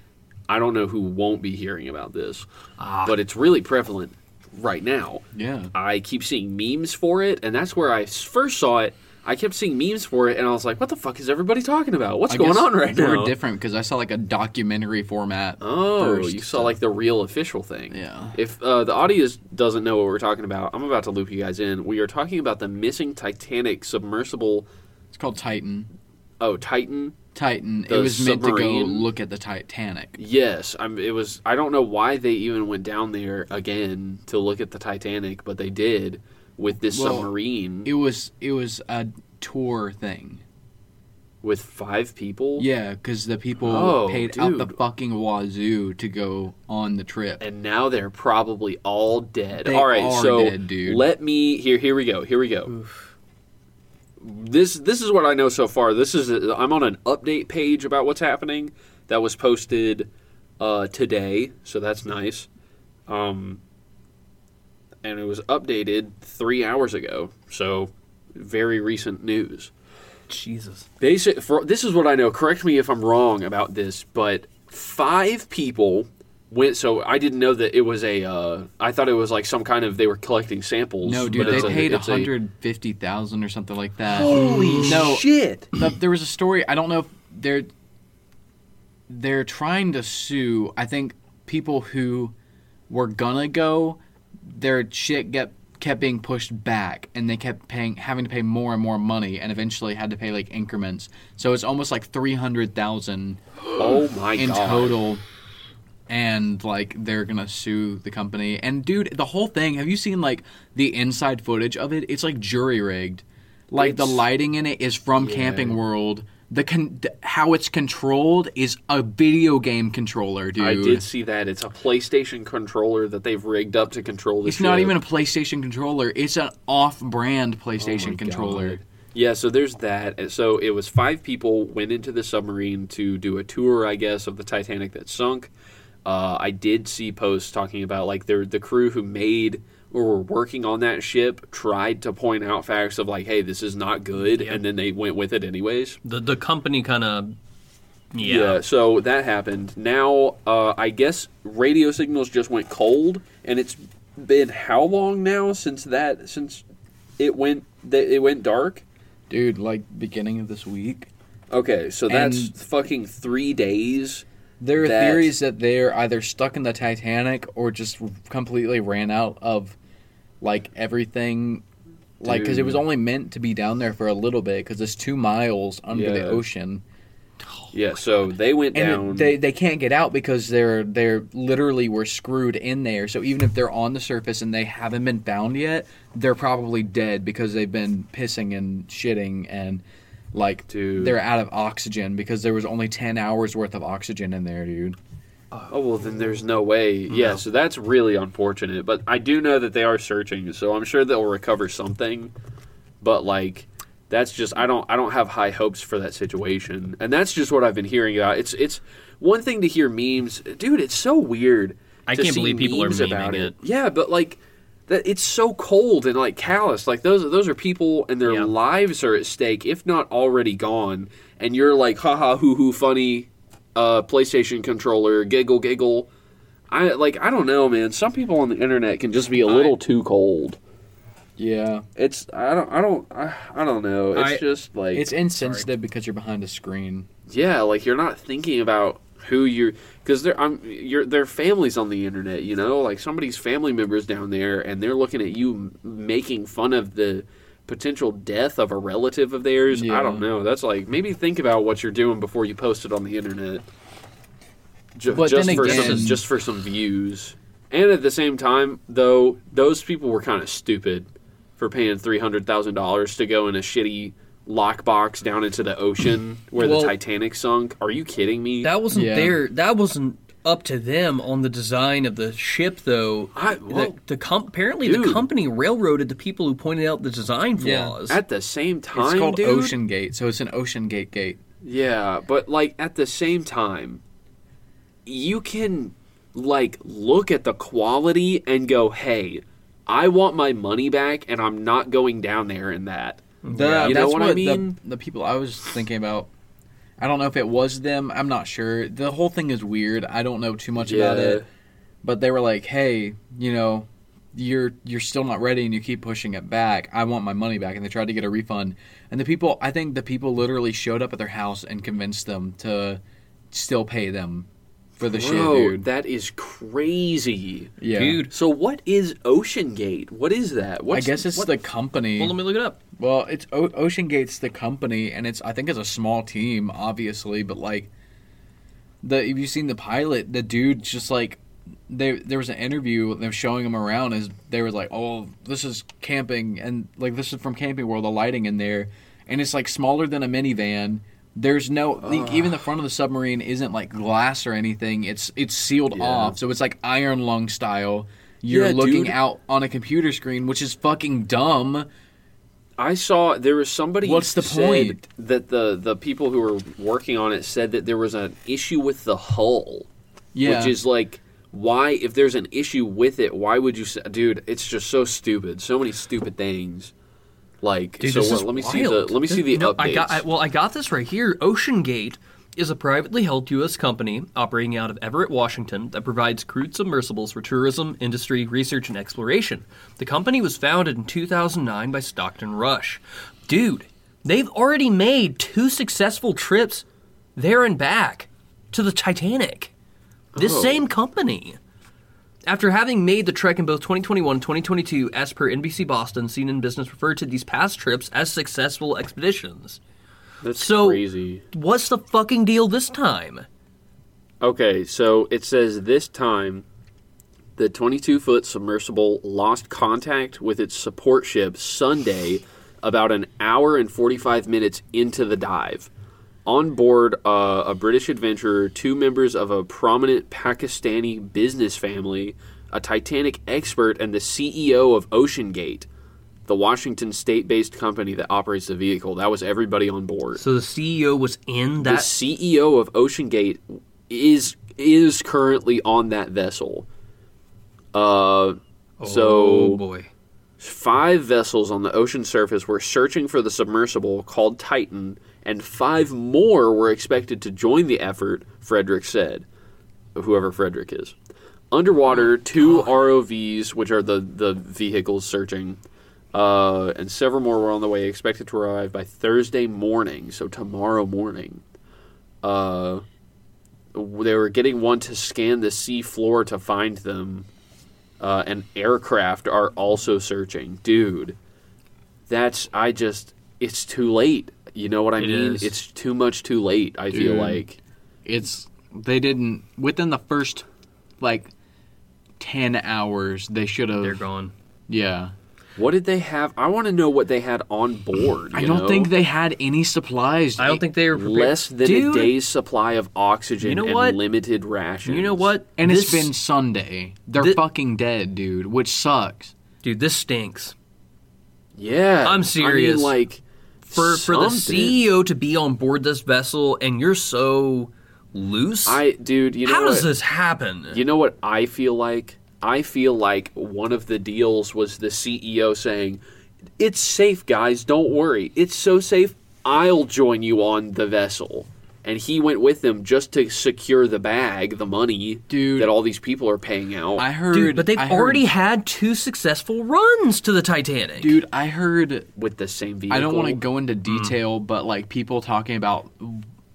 C: I don't know who won't be hearing about this, but it's really prevalent right now.
B: Ah. Yeah.
C: I keep seeing memes for it, and that's where I s- first saw it. I kept seeing memes for it, and I was like, "What the fuck is everybody talking about? What's
B: I
C: going
B: guess
C: on right
B: we're
C: now?"
B: different because I saw like a documentary format.
C: Oh,
B: first.
C: you saw like the real official thing.
B: Yeah.
C: If uh, the audience doesn't know what we're talking about, I'm about to loop you guys in. We are talking about the missing Titanic submersible.
B: It's called Titan.
C: Oh, Titan.
B: Titan.
C: The
B: it was meant to go
C: submarine?
B: look at the Titanic.
C: Yes, I'm, it was. I don't know why they even went down there again to look at the Titanic, but they did with this
B: Well,
C: submarine
B: It was it was a tour thing.
C: with five people.
B: Yeah, because the people
C: Oh,
B: paid out the
C: dude.
B: fucking wazoo to go on the trip.
C: and now they're probably all dead.
B: They
C: all right,
B: are
C: so
B: dead, dude.
C: let me here. Here we go. Here we go. This this is what I know so far. This is I'm on an update page about what's happening that was posted uh, today, so that's nice. Um, and it was updated three hours ago, so very recent news.
D: Jesus.
C: Basic. For, this is what I know. Correct me if I'm wrong about this, but five people went. So I didn't know that it was a. Uh, I thought it was like some kind of they were collecting samples.
B: no,
C: but
B: dude, they
C: it's a-
B: paid
C: it's a-
B: hundred fifty thousand or something like that.
C: Holy
B: No.
C: shit!
B: the, there was a story. I don't know if they're they're trying to sue. I think people who were gonna go, their shit get kept being pushed back, and they kept paying, having to pay more and more money, and eventually had to pay like increments. So it's almost like three hundred thousand
C: Oh my
B: in
C: god!
B: total. And like they're gonna sue the company. And dude, the whole thing. Have you seen like the inside footage of it? It's like jury rigged. Like the
C: It's-
B: lighting in it is from Camping World. The con- th- how it's controlled is a video game controller, dude.
C: I did see that. It's a PlayStation controller that they've rigged up to control the.
B: It's not
C: ship.
B: even a PlayStation controller. It's an off-brand
C: Oh
B: PlayStation
C: my
B: controller.
C: God. Yeah, so there's that. And So it was five people went into the submarine to do a tour, I guess, of the Titanic that sunk. Uh, I did see posts talking about like the the crew who made or were working on that ship tried to point out facts of like, hey, this is not good, and then they went with it anyways.
D: The the company kind of.
C: Yeah.
D: Yeah.
C: so that happened. Now, uh, I guess radio signals just went cold, and it's been how long now since that since it went that it went dark?
B: Dude, like beginning of this week,
C: Okay, so that's
B: And-
C: fucking three days.
B: There are
C: that-
B: theories that they're either stuck in the Titanic or just completely ran out of like everything. Like, because it was
C: Dude.
B: only meant to be down there for a little bit, because it's two miles under the
C: Yeah.
B: ocean,
C: Yeah, so they went
B: and it-
C: down.
B: they they can't get out because they're they're literally were screwed in there. So even if they're on the surface and they haven't been found yet, they're probably dead because they've been pissing and shitting and like
C: Dude.
B: they're out of oxygen because there was only ten hours worth of oxygen in there, dude.
C: oh well, then there's no way.
B: Mm-hmm.
C: Yeah, so that's really unfortunate. But I do know that they are searching, so I'm sure they'll recover something. But like, that's just I don't I don't have high hopes for that situation, and that's just what I've been hearing about. It's it's one thing to hear memes, dude. It's so weird.
D: I
C: to
D: can't
C: see
D: believe people are
C: memes about
D: memeing
C: it.
D: it.
C: Yeah, but like that it's so cold and like callous. Like those those are people and their
D: Yeah.
C: lives are at stake, if not already gone. And you're like, haha, hoo hoo, funny, uh, PlayStation controller, giggle, giggle. I like I don't know, man. Some people on the internet can just be a little too cold.
B: Yeah.
C: It's I don't I don't I, I don't know. It's
D: I-
C: just like
B: It's insensitive because you're behind a screen.
C: yeah, like you're not thinking about who you're because they're I'm your their families on the internet, you know, like somebody's family members down there, and they're looking at you m- making fun of the potential death of a relative of theirs. I
B: Yeah.
C: don't know. That's like maybe think about what you're doing before you post it on the internet. Ju-
B: But
C: just
B: then
C: for
B: again-
C: some, just for some views. And at the same time, though, those people were kind of stupid for paying three hundred thousand dollars to go in a shitty lockbox down into the ocean where
D: Well-
C: the Titanic sunk. Are you kidding me?
D: That wasn't
B: Yeah.
D: their. That wasn't up to them on the design of the ship, though.
C: I- well,
D: the, the com- apparently the
C: dude.
D: company railroaded the people who pointed out the design
B: Yeah.
D: flaws.
C: at the same time,
B: It's called
C: dude?
B: Ocean Gate, so it's an Ocean Gate gate.
C: Yeah, but like at the same time, you can like look at the quality and go, "Hey, I want my money back, and I'm not going down there in that."
B: The,
C: You know
B: that's
C: what I
B: the-
C: mean?
B: The, people I was thinking about. I don't know if it was them. I'm not sure. The whole thing is weird. I don't know too much about
C: Yeah.
B: it. But they were like, "Hey, you know, you're you're still not ready, and you keep pushing it back. I want my money back." And they tried to get a refund. And the people, I think the people literally showed up at their house and convinced them to still pay them for the
C: Bro,
B: shit, dude.
C: that is crazy.
B: Yeah.
D: Dude,
C: So what is Ocean Gate? What is that?
B: I
C: What's,
B: guess it's
C: what-
B: the company.
D: well, let me look it up.
B: Well, it's o- Ocean Gate's the company, and it's I think it's a small team, obviously, but like the if you've seen the pilot, the dude just like they there was an interview and they were showing him around as they were like, oh, this is camping, and like this is from Camping World, the lighting in there, and it's like smaller than a minivan. There's no like, even the front of the submarine isn't like glass or anything. It's it's sealed off, so it's like iron lung style. You're
C: Yeah,
B: looking
C: dude.
B: out on a computer screen, which is fucking dumb.
C: I saw there was somebody.
B: What's the
C: said
B: point?
C: That the the people who were working on it said that there was an issue with the hull.
B: Yeah.
C: which is like why if there's an issue with it why would you say dude it's just so stupid so many stupid things like
D: Dude,
C: so
D: this
C: what-
D: is
C: let me see the
D: wild.
C: let me see the
D: No,
C: updates
D: I got, I, well, I got this right here. Ocean Gate is a privately held U.S. company operating out of Everett, Washington, that provides crude submersibles for tourism, industry, research, and exploration. The company was founded in 2009 by Stockton Rush. Dude, they've already made two successful trips there and back to the Titanic. This
C: Oh.
D: same company. After having made the trek in both 2021 and 2022, as per NBC Boston, Scene in Business referred to these past trips as successful expeditions.
C: that's
D: so-
C: crazy
D: What's the fucking deal this time?
C: okay so it says this time the 22 foot submersible lost contact with its support ship sunday about an hour and 45 minutes into the dive on board uh, a British adventurer, two members of a prominent Pakistani business family, a Titanic expert, and the CEO of OceanGate, the Washington state-based company that operates the vehicle. That was everybody on board.
D: So the CEO was in
C: the
D: that.
C: CEO of OceanGate is is currently on that vessel. Uh,
D: oh
C: so
D: boy.
C: Five vessels on the ocean surface were searching for the submersible called Titan, and five more were expected to join the effort, Frederick said. Whoever Frederick is. Underwater,
B: Oh
C: two ROVs, which are the, the vehicles searching, uh, and several more were on the way, expected to arrive by Thursday morning, so tomorrow morning. Uh, they were getting one to scan the sea floor to find them uh, and aircraft are also searching. Dude, that's I just it's too late. You know what I mean?
D: is.
C: It's too much too late. I feel
B: Dude.
C: like
B: it's they didn't within the first like 10 hours they should
D: They're
B: have
D: gone.
B: yeah
C: what did they have? I want to know what they had on board.
B: i
C: you
B: don't
C: know?
B: think they had any supplies
D: I don't think they were prepared.
C: less than
D: Dude,
C: a day's supply of oxygen
D: You know
C: and
D: what?
C: limited rations.
D: You know what?
B: and it's
D: this,
B: been sunday they're
D: Thi-
B: fucking dead dude which sucks
D: Dude, this stinks.
C: Yeah,
D: I'm
C: I
D: serious.
C: mean, like
D: For for the
C: something.
D: CEO to be on board this vessel and you're so loose.
C: I dude, you know
D: How
C: what?
D: does this happen?
C: You know what I feel like? I feel like one of the deals was the CEO saying, "It's safe, guys. Don't worry. It's so safe. I'll join you on the vessel." And he went with them just to secure the bag, the money
B: Dude.
C: that all these people are paying out.
B: i heard
D: Dude, but they've
B: I heard-
D: already had two successful runs to the Titanic.
B: dude i heard
C: with the same vehicle.
B: i don't want to go into detail but like people talking about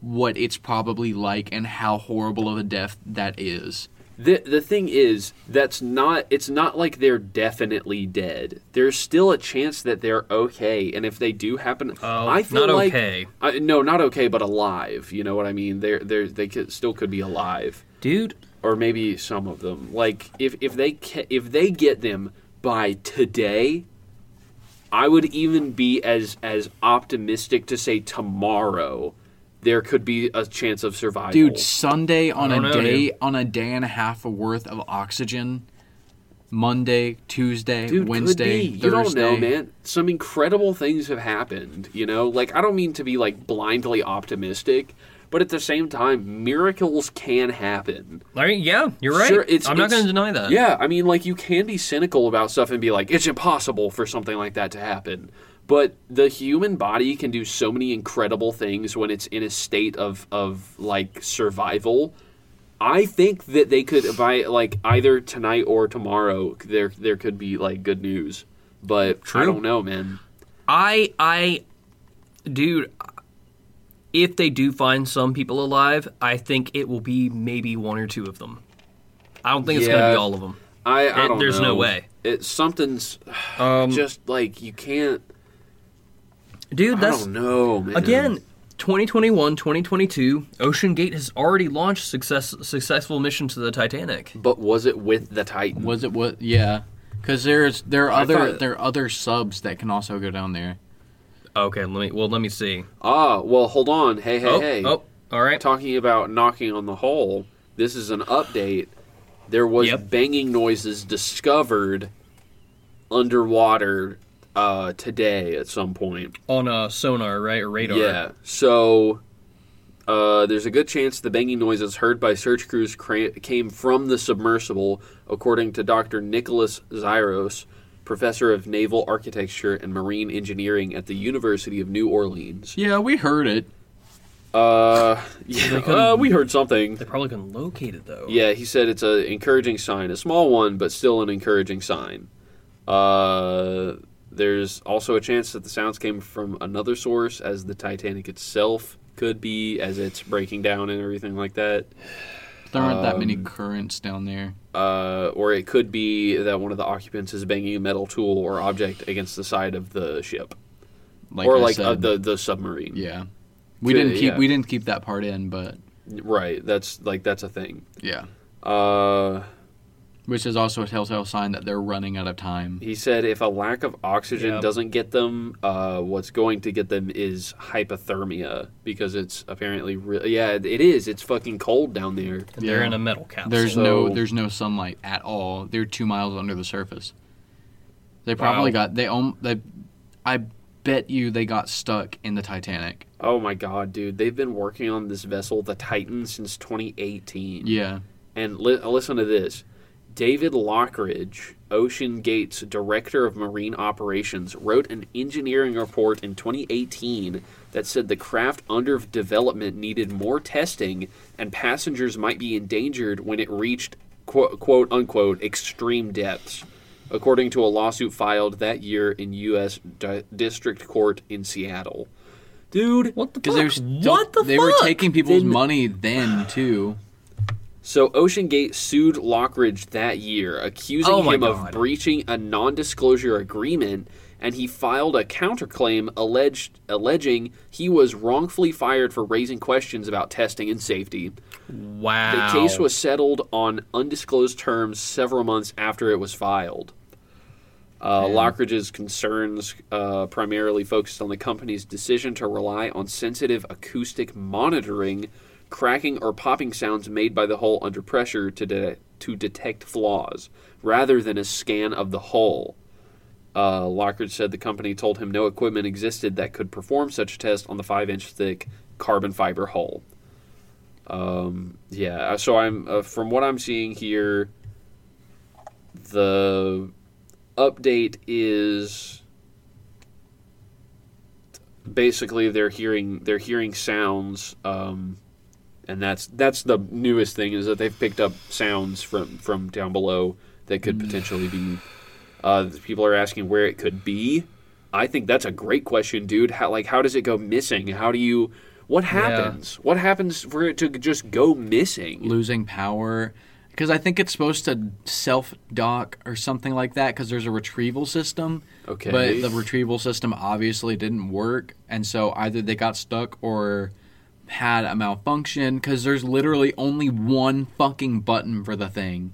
B: what it's probably like and how horrible of a death that is
C: The the thing is, that's not. It's not like they're definitely dead. There's still a chance that they're okay, and if they do happen,
D: Oh,
C: I feel
D: not
C: like
D: okay.
C: I, no, not okay, but alive. You know what I mean? They're they they could, still could be alive.
D: Dude,
C: or maybe some of them. Like if if they ca- if they get them by today, I would even be as as optimistic to say tomorrow there could be a chance of survival.
B: Dude, Sunday on a
D: don't know,
B: day on a day and a half worth of oxygen. Monday, Tuesday,
C: Dude, could
B: Wednesday,
C: be.
B: Thursday.
C: You don't know, man. Some incredible things have happened. You know, like I don't mean to be like blindly optimistic, but at the same time, miracles can happen.
D: Like, yeah, you're right.
C: Sure, it's-
D: I'm not
C: it's-
D: going to deny that.
C: Yeah, I mean, like you can be cynical about stuff and be like, it's impossible for something like that to happen. But the human body can do so many incredible things when it's in a state of of like survival. I think that they could by like either tonight or tomorrow there there could be like good news. But I don't know, man.
D: I I dude if they do find some people alive, I think it will be maybe one or two of them. I don't think it's going to
C: Yeah.
D: be all of them.
C: I, I
D: It-
C: don't
D: there's no
C: know.
D: way.
C: It's something's
D: Um,
C: just like you can't
D: dude,
C: I
D: that's
C: don't know, man.
D: again 2021, 2022, Ocean Gate has already launched success successful mission to the Titanic.
C: But was it with the Titan?
B: Was it what? Yeah, because there's there are other
C: thought-
B: there are other subs that can also go down there.
D: Okay, let me well let me see.
C: Ah, well, hold on. Hey, hey,
D: oh,
C: hey.
D: oh, all right.
C: Talking about knocking on the hole, this is an update. There was
D: Yep.
C: banging noises discovered underwater uh, today at some point.
D: On uh, sonar, right? Or radar.
C: Yeah. So uh, there's a good chance the banging noises heard by search crews cra- came from the submersible, according to Dr. Nicholas Zyros, professor of naval architecture and marine engineering at the University of New Orleans.
B: Yeah, we heard it.
C: Uh, yeah, uh, we heard something.
D: They probably can locate it though.
C: Yeah, he said it's an encouraging sign, a small one, but still an encouraging sign. Uh, there's also a chance that the sounds came from another source, as the Titanic itself could be, as it's breaking down and everything like that.
B: There aren't that many
C: Um,
B: currents down there.
C: Uh, or it could be that one of the occupants is banging a metal tool or object against the side of the ship,
B: Like
C: or
B: I
C: like
B: said.
C: uh, the the submarine.
B: yeah. We
C: Could-
B: didn't keep
C: yeah.
B: we didn't keep that part in, but
C: Right. That's like that's a thing.
B: yeah,
C: Uh.
B: which is also a telltale sign that they're running out of time.
C: He said if a lack of oxygen
D: Yeah.
C: doesn't get them, uh, what's going to get them is hypothermia because it's apparently re- yeah, it is. It's fucking cold down there.
D: And They're
B: Yeah.
D: in a metal capsule.
B: There's
C: So-
B: no there's no sunlight at all. They're two miles under the surface. They probably
D: Wow.
B: got they om- they, I bet you they got stuck in the Titanic.
C: Oh my god, dude, they've been working on this vessel, the Titan, since 2018.
B: Yeah,
C: And li- uh, listen to this. David Lockridge, Ocean Gate's director of marine operations, wrote an engineering report in 2018 that said the craft under development needed more testing and passengers might be endangered when it reached quote, quote unquote extreme depths, according to a lawsuit filed that year in U.S. Di- District Court in Seattle. Dude,
D: what the fuck?
B: because they were still,
D: what the
B: they
D: fuck?
B: were taking people's
C: Then-
B: money then too.
C: So OceanGate sued Lockridge that year, accusing
D: Oh my
C: him of
D: God.
C: breaching a non-disclosure agreement, and he filed a counterclaim alleged alleging he was wrongfully fired for raising questions about testing and safety. The
D: Wow.
C: case was settled on undisclosed terms several months after it was filed. Uh, Lockridge's concerns uh, primarily focused on the company's decision to rely on sensitive acoustic monitoring, cracking or popping sounds made by the hull under pressure to de- to detect flaws, rather than a scan of the hull. Uh, Lockridge said the company told him no equipment existed that could perform such a test on the five-inch thick carbon fiber hull. Yeah, so I'm uh, from what I'm seeing here, the update is basically they're hearing they're hearing sounds, um, and that's that's the newest thing is that they've picked up sounds from from down below that could potentially be. Uh, people are asking where it could be. I think that's a great question, dude. How like how does it go missing? How do you what happens? What happens for it to just go missing?
B: losing power because I think it's supposed to self dock or something like that because there's a retrieval system.
C: Okay.
B: But the retrieval system obviously didn't work, and so either they got stuck or had a malfunction because there's literally only one fucking button for the thing.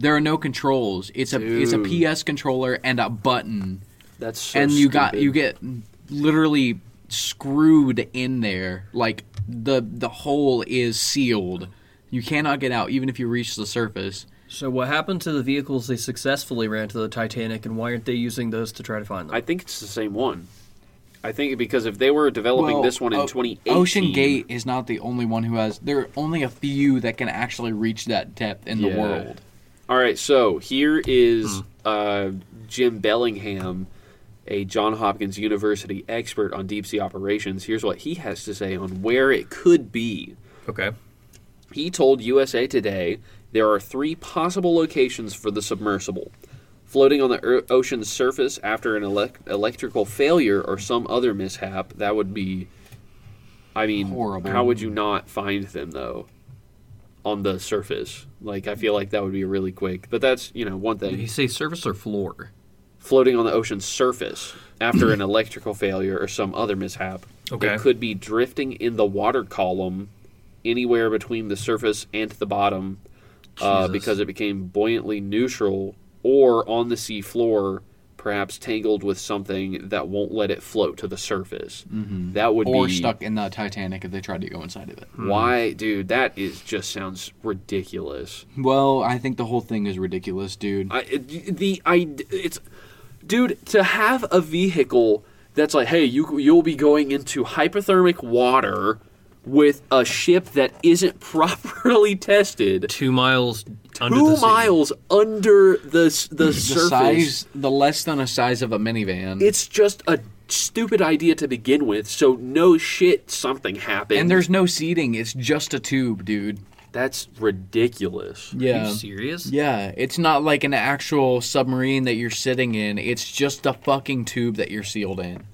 B: There are no controls. It's a
C: Dude.
B: it's a PS controller and a button,
C: That's so
B: and you got
C: stupid.
B: you get literally screwed in there. Like the the hole is sealed. You cannot get out even if you reach the surface.
D: So what happened to the vehicles they successfully ran to the Titanic, and why aren't they using those to try to find them?
C: I think it's the same one. I think because if they were developing
B: Well,
C: this one in
B: O-
C: 2018,
B: Ocean Gate is not the only one who has. There are only a few that can actually reach that depth in the
C: Yeah.
B: world.
C: All right, so here
B: Hmm.
C: is uh, Jim Bellingham, a John Hopkins University expert on deep sea operations. Here's what he has to say on where it could be.
D: okay.
C: He told USA Today there are three possible locations for the submersible floating on the er- ocean's surface after an elec electrical failure or some other mishap. That would be, I mean,
B: Horrible.
C: how would you not find them though? On the surface, like I feel like that would be really quick, but that's you know one
D: Did he
C: thing.
D: say surface or floor?
C: Floating on the ocean's surface after an electrical failure or some other mishap,
D: Okay.
C: it could be drifting in the water column, anywhere between the surface and the bottom, uh,
D: Jesus.
C: because it became buoyantly neutral or on the sea floor, perhaps tangled with something that won't let it float to the surface. Mm-hmm. That would
B: Or
C: be
B: stuck in the Titanic if they tried to go inside of it.
C: Why, dude? That is just sounds ridiculous.
B: Well, I think the whole thing is ridiculous, dude.
C: I it- the I it's dude to have a vehicle that's like, hey, you you'll be going into hypothermic water with a ship that isn't properly tested.
D: Two miles under the
C: two
D: sea.
C: miles under the s- the, the
B: The
C: surface.
B: size, the less than a size of a minivan.
C: It's just a stupid idea to begin with. So no shit, something happened.
B: and there's no seating. It's just a tube, dude.
C: that's ridiculous.
D: Are
B: Yeah.
D: you serious?
B: Yeah, it's not like an actual submarine that you're sitting in. It's just a fucking tube that you're sealed in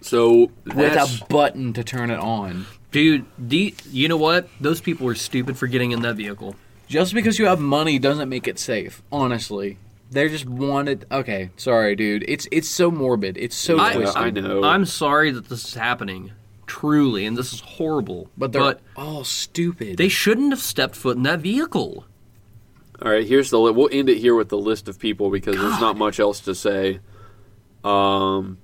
C: So
B: with
C: that's
B: a button to turn it on.
D: Dude, the, you know what? Those people were stupid for getting in that vehicle.
B: Just because you have money doesn't make it safe, honestly. They just wanted. Okay, sorry, dude. It's it's so morbid. It's so
C: I-
B: twisted.
C: I know.
D: I'm sorry that this is happening, truly, and this is horrible.
B: but they're all stupid.
D: they shouldn't have stepped foot in that vehicle.
C: All right, here's the li- we'll end it here with the list of people because there's not much else to say. Um,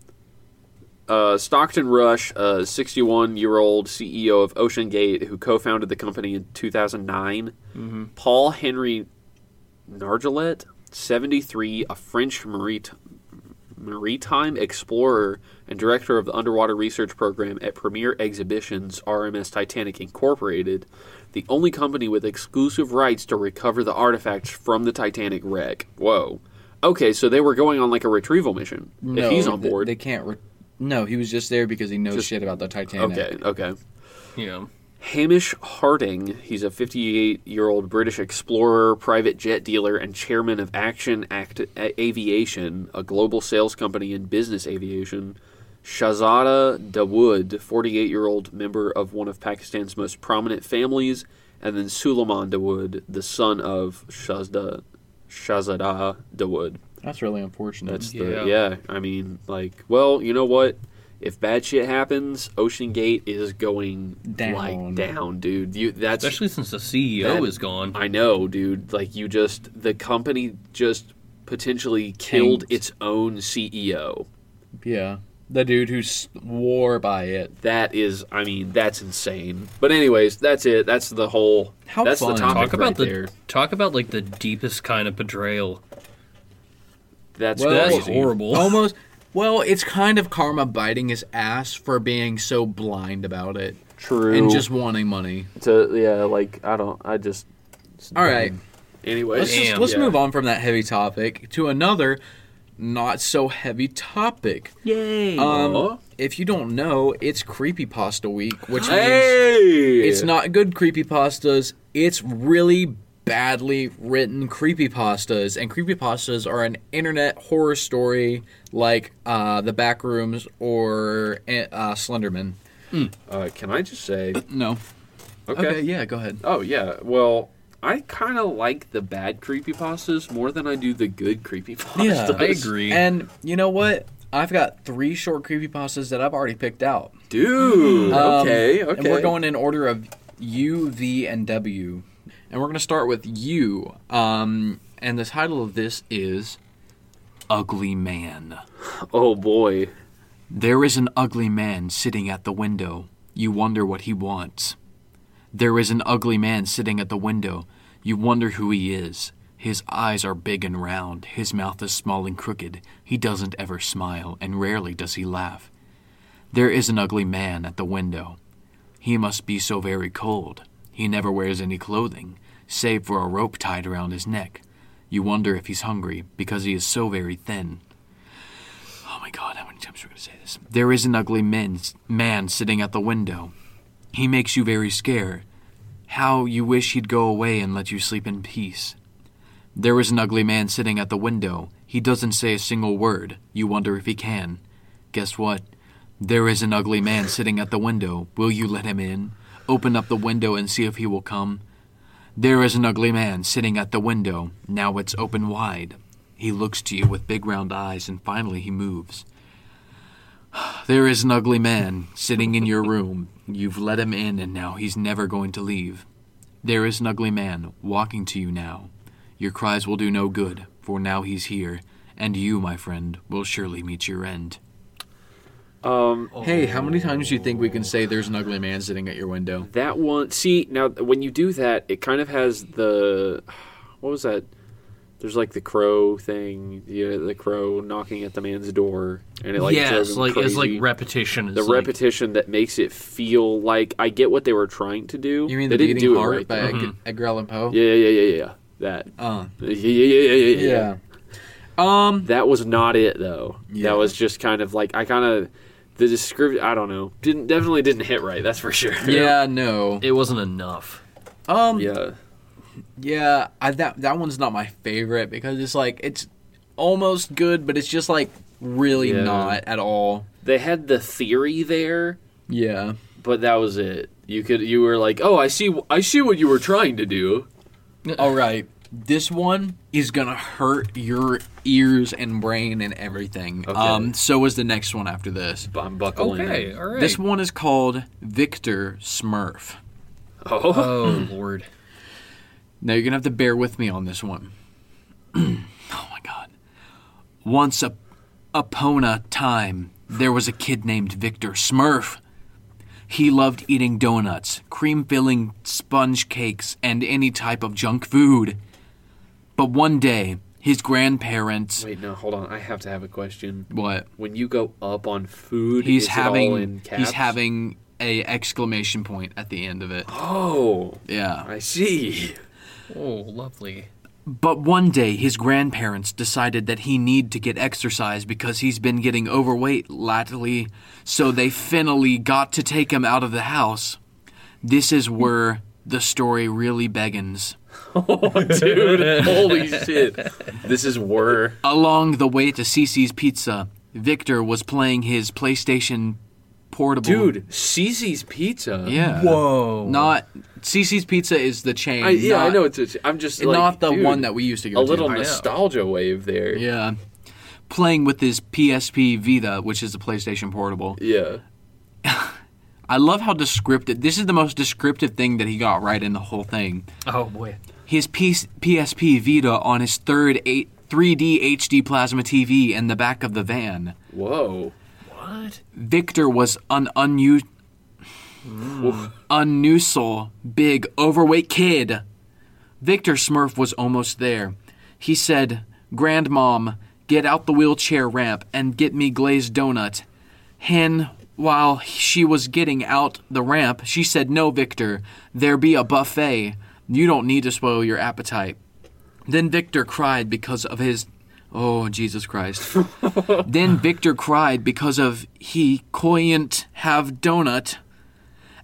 C: uh, Stockton Rush, a 61 year old CEO of Ocean Gate, who co founded the company in 2009.
B: Mm-hmm.
C: Paul Henry Nargelet, 73, a French marit- maritime explorer and director of the underwater research program at Premier Exhibitions RMS Titanic Incorporated, the only company with exclusive rights to recover the artifacts from the Titanic wreck. Whoa. Okay, so they were going on like a retrieval mission.
B: no,
C: if he's on
B: they-
C: board.
B: They, can't. Re- no, he was just there because he knows shit about the Titanic.
C: okay, okay.
D: You know,
C: Hamish Harding, he's a 58 year old British explorer, private jet dealer, and chairman of Action Act- A- Aviation, a global sales company in business aviation. Shahzada Dawood, 48 year old member of one of Pakistan's most prominent families. And then Suleiman Dawood, the son of Shahzada, Shahzada Dawood.
B: That's really unfortunate.
C: That's
D: Yeah.
C: the yeah. I mean, like, well, you know what? If bad shit happens, Ocean Gate is going
B: Down.
C: like down, dude. You that's
D: especially since the CEO
C: That-
D: is gone.
C: I know, dude. Like you just the company just potentially killed
B: Tanked.
C: its own E CEO.
B: yeah, the dude who swore by it.
C: That is, I mean, that's insane. But anyways, that's it. That's the whole.
B: How
C: that's
B: fun.
C: the topic
D: talk about
C: right
D: the
C: there.
D: talk about like the deepest kind of betrayal.
C: That's
B: Well,
D: That's
C: crazy.
D: horrible.
B: Almost. Well, it's kind of karma biting his ass for being so blind about it
C: True.
B: and just wanting money.
C: to yeah, like I don't. I just.
B: All right.
C: Anyway,
B: Let's, just,
D: Damn.
B: let's
C: yeah.
B: move on from that heavy topic to another not so heavy topic.
C: Yay.
B: Um, if you don't know, it's creepypasta week, which means
C: hey.
B: it's not good creepypastas. It's really badly written creepypastas, and creepypastas are an internet horror story like uh, The Backrooms or uh, Slenderman.
C: Uh, can I just say?
B: No.
C: Okay.
B: Okay. yeah, go ahead.
C: Oh yeah. Well, I kind of like the bad creepypastas more than I do the good creepypastas.
B: Yeah,
D: I agree.
B: And you know what? I've got three short creepypastas that I've already picked out.
C: Dude.
B: Um,
C: okay. Okay.
B: And we're going in order of U, V, and W. And we're going to start with U. Um, and the title of this is Ugly Man.
C: Oh boy.
B: There is an ugly man sitting at the window. You wonder what he wants. There is an ugly man sitting at the window. You wonder who he is. His eyes are big and round. His mouth is small and crooked. He doesn't ever smile, and rarely does he laugh. There is an ugly man at the window. He must be so very cold. He never wears any clothing, save for a rope tied around his neck. You wonder if he's hungry, because he is so very thin. Oh my god, how many times are we going to say this? There is an ugly men, man sitting at the window. He makes you very scared. How you wish he'd go away and let you sleep in peace. There is an ugly man sitting at the window. He doesn't say a single word. You wonder if he can. Guess what? There is an ugly man sitting at the window. Will you let him in? Open up the window and see if he will come. There is an ugly man sitting at the window. Now it's open wide. He looks to you with big round eyes and finally he moves. There is an ugly man sitting in your room. You've let him in and now he's never going to leave. There is an ugly man walking to you now. Your cries will do no good, for now he's here, and you, my friend, will surely meet your end. Um, hey, how many times do you think we can say there's an ugly man sitting at your window?
C: That one. See now, when you do that, it kind of has the what was that? There's like the crow thing, yeah, the crow knocking at the man's door, and it like
D: yeah,
C: drove
D: it's
C: him
D: like it's
C: crazy.
D: like repetition. It's
C: the
D: like-
C: repetition that makes it feel like I get what they were trying to do.
B: You mean
C: they
B: the
C: didn't
B: beating
C: do
B: heart
C: it right.
B: by
C: though. Mm-hmm.
B: Edgar- Edgar Allan Poe?
C: Yeah, yeah, yeah, yeah, yeah. That.
B: Uh,
C: Yeah, yeah, yeah, yeah, yeah,
B: yeah.
C: yeah.
B: Um,
C: That was not it though.
B: Yeah.
C: That was just kind of like I kind of the description. I don't know. Didn't definitely didn't hit right. That's for sure.
B: yeah, no.
D: It wasn't enough.
B: Um,
C: Yeah.
B: Yeah, I, that that one's not my favorite because it's like it's almost good, but it's just like really
C: Yeah.
B: not at all.
C: They had the theory there,
B: Yeah,
C: but that was it. You could you were like, "Oh, I see I see what you were trying to do."
B: All right. This one is gonna hurt your ears and brain and everything. Um, so is the next one after this.
C: But I'm buckling.
D: Okay,
C: in.
D: all right.
B: This one is called Victor Smurf.
C: Oh.
D: Oh lord.
B: Now you're gonna have to bear with me on this one. oh my god. Once up- upon a time, there was a kid named Victor Smurf. He loved eating donuts, cream filling sponge cakes, and any type of junk food. But one day, his grandparents.
C: Wait, no, hold on. I have to have a question.
B: What?
C: When you go up on food,
B: He's
C: is it all in
B: having.
C: caps?
B: He's having a exclamation point at the end of it.
C: Oh,
B: Yeah.
C: I see.
D: Oh, lovely.
B: But one day, his grandparents decided that he need to get exercise because he's been getting overweight lately. So they finally got to take him out of the house. This is where the story really begins.
C: Dude, holy shit. This is were.
B: Along the way to Cece's Pizza, Victor was playing his PlayStation portable.
C: Dude, Cece's Pizza.
B: yeah.
D: Whoa.
B: Not Cece's Pizza is the chain.
C: I, yeah, I
B: not-
C: know it's, it's I'm just like,
B: not the
C: dude,
B: one that we used to go
C: a
B: to.
C: little
D: know.
C: nostalgia wave there.
B: Yeah. Playing with his PSP Vita, which is the PlayStation Portable.
C: Yeah.
B: I love how descriptive. This is the most descriptive thing that he got right in the whole thing.
D: Oh boy.
B: His PS- PSP Vita on his third eight, 3D HD plasma TV in the back of the van.
C: Whoa.
D: What?
B: Victor was an unu- unusual, big, overweight kid. Victor Smurf was almost there. He said, Grandmom, get out the wheelchair ramp and get me glazed donut. Hen, while she was getting out the ramp, she said, No, Victor, there be a buffet. You don't need to spoil your appetite. Then Victor cried because of his. Oh, Jesus Christ. Then Victor cried because of he coyant have donut.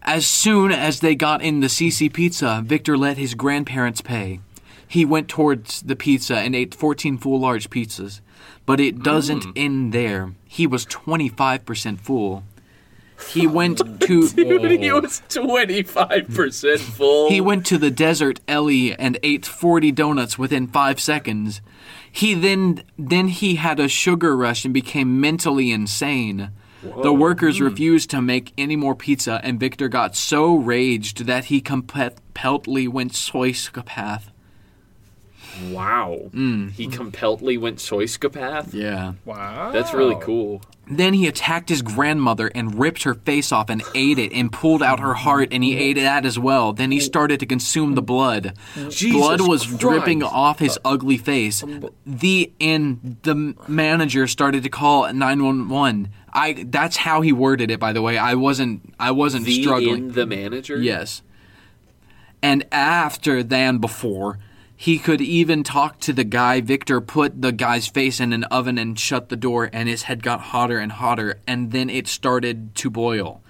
B: As soon as they got in the CC pizza, Victor let his grandparents pay. He went towards the pizza and ate 14 full large pizzas. But it doesn't end there. He was 25% full. He went to
C: Dude, he was 25% full.
B: He went to the desert Ellie and ate 40 donuts within 5 seconds. He then then he had a sugar rush and became mentally insane. The workers refused to make any more pizza and Victor got so raged that he compelledly went psychopath. Mm.
C: Wow. He compelledly went soyscopath.
B: Yeah. Oh.
F: Wow.
C: That's really cool.
B: Then he attacked his grandmother and ripped her face off and ate it and pulled out her heart and he ate that as well. Then he started to consume the blood. blood was dripping off his ugly face. The and the manager started to call 911. I that's how he worded it by the way. I wasn't I wasn't
C: The
B: struggling.
C: in the manager?
B: Yes. And after than before, he could even talk to the guy. Victor put the guy's face in an oven and shut the door, and his head got hotter and hotter, and then it started to boil.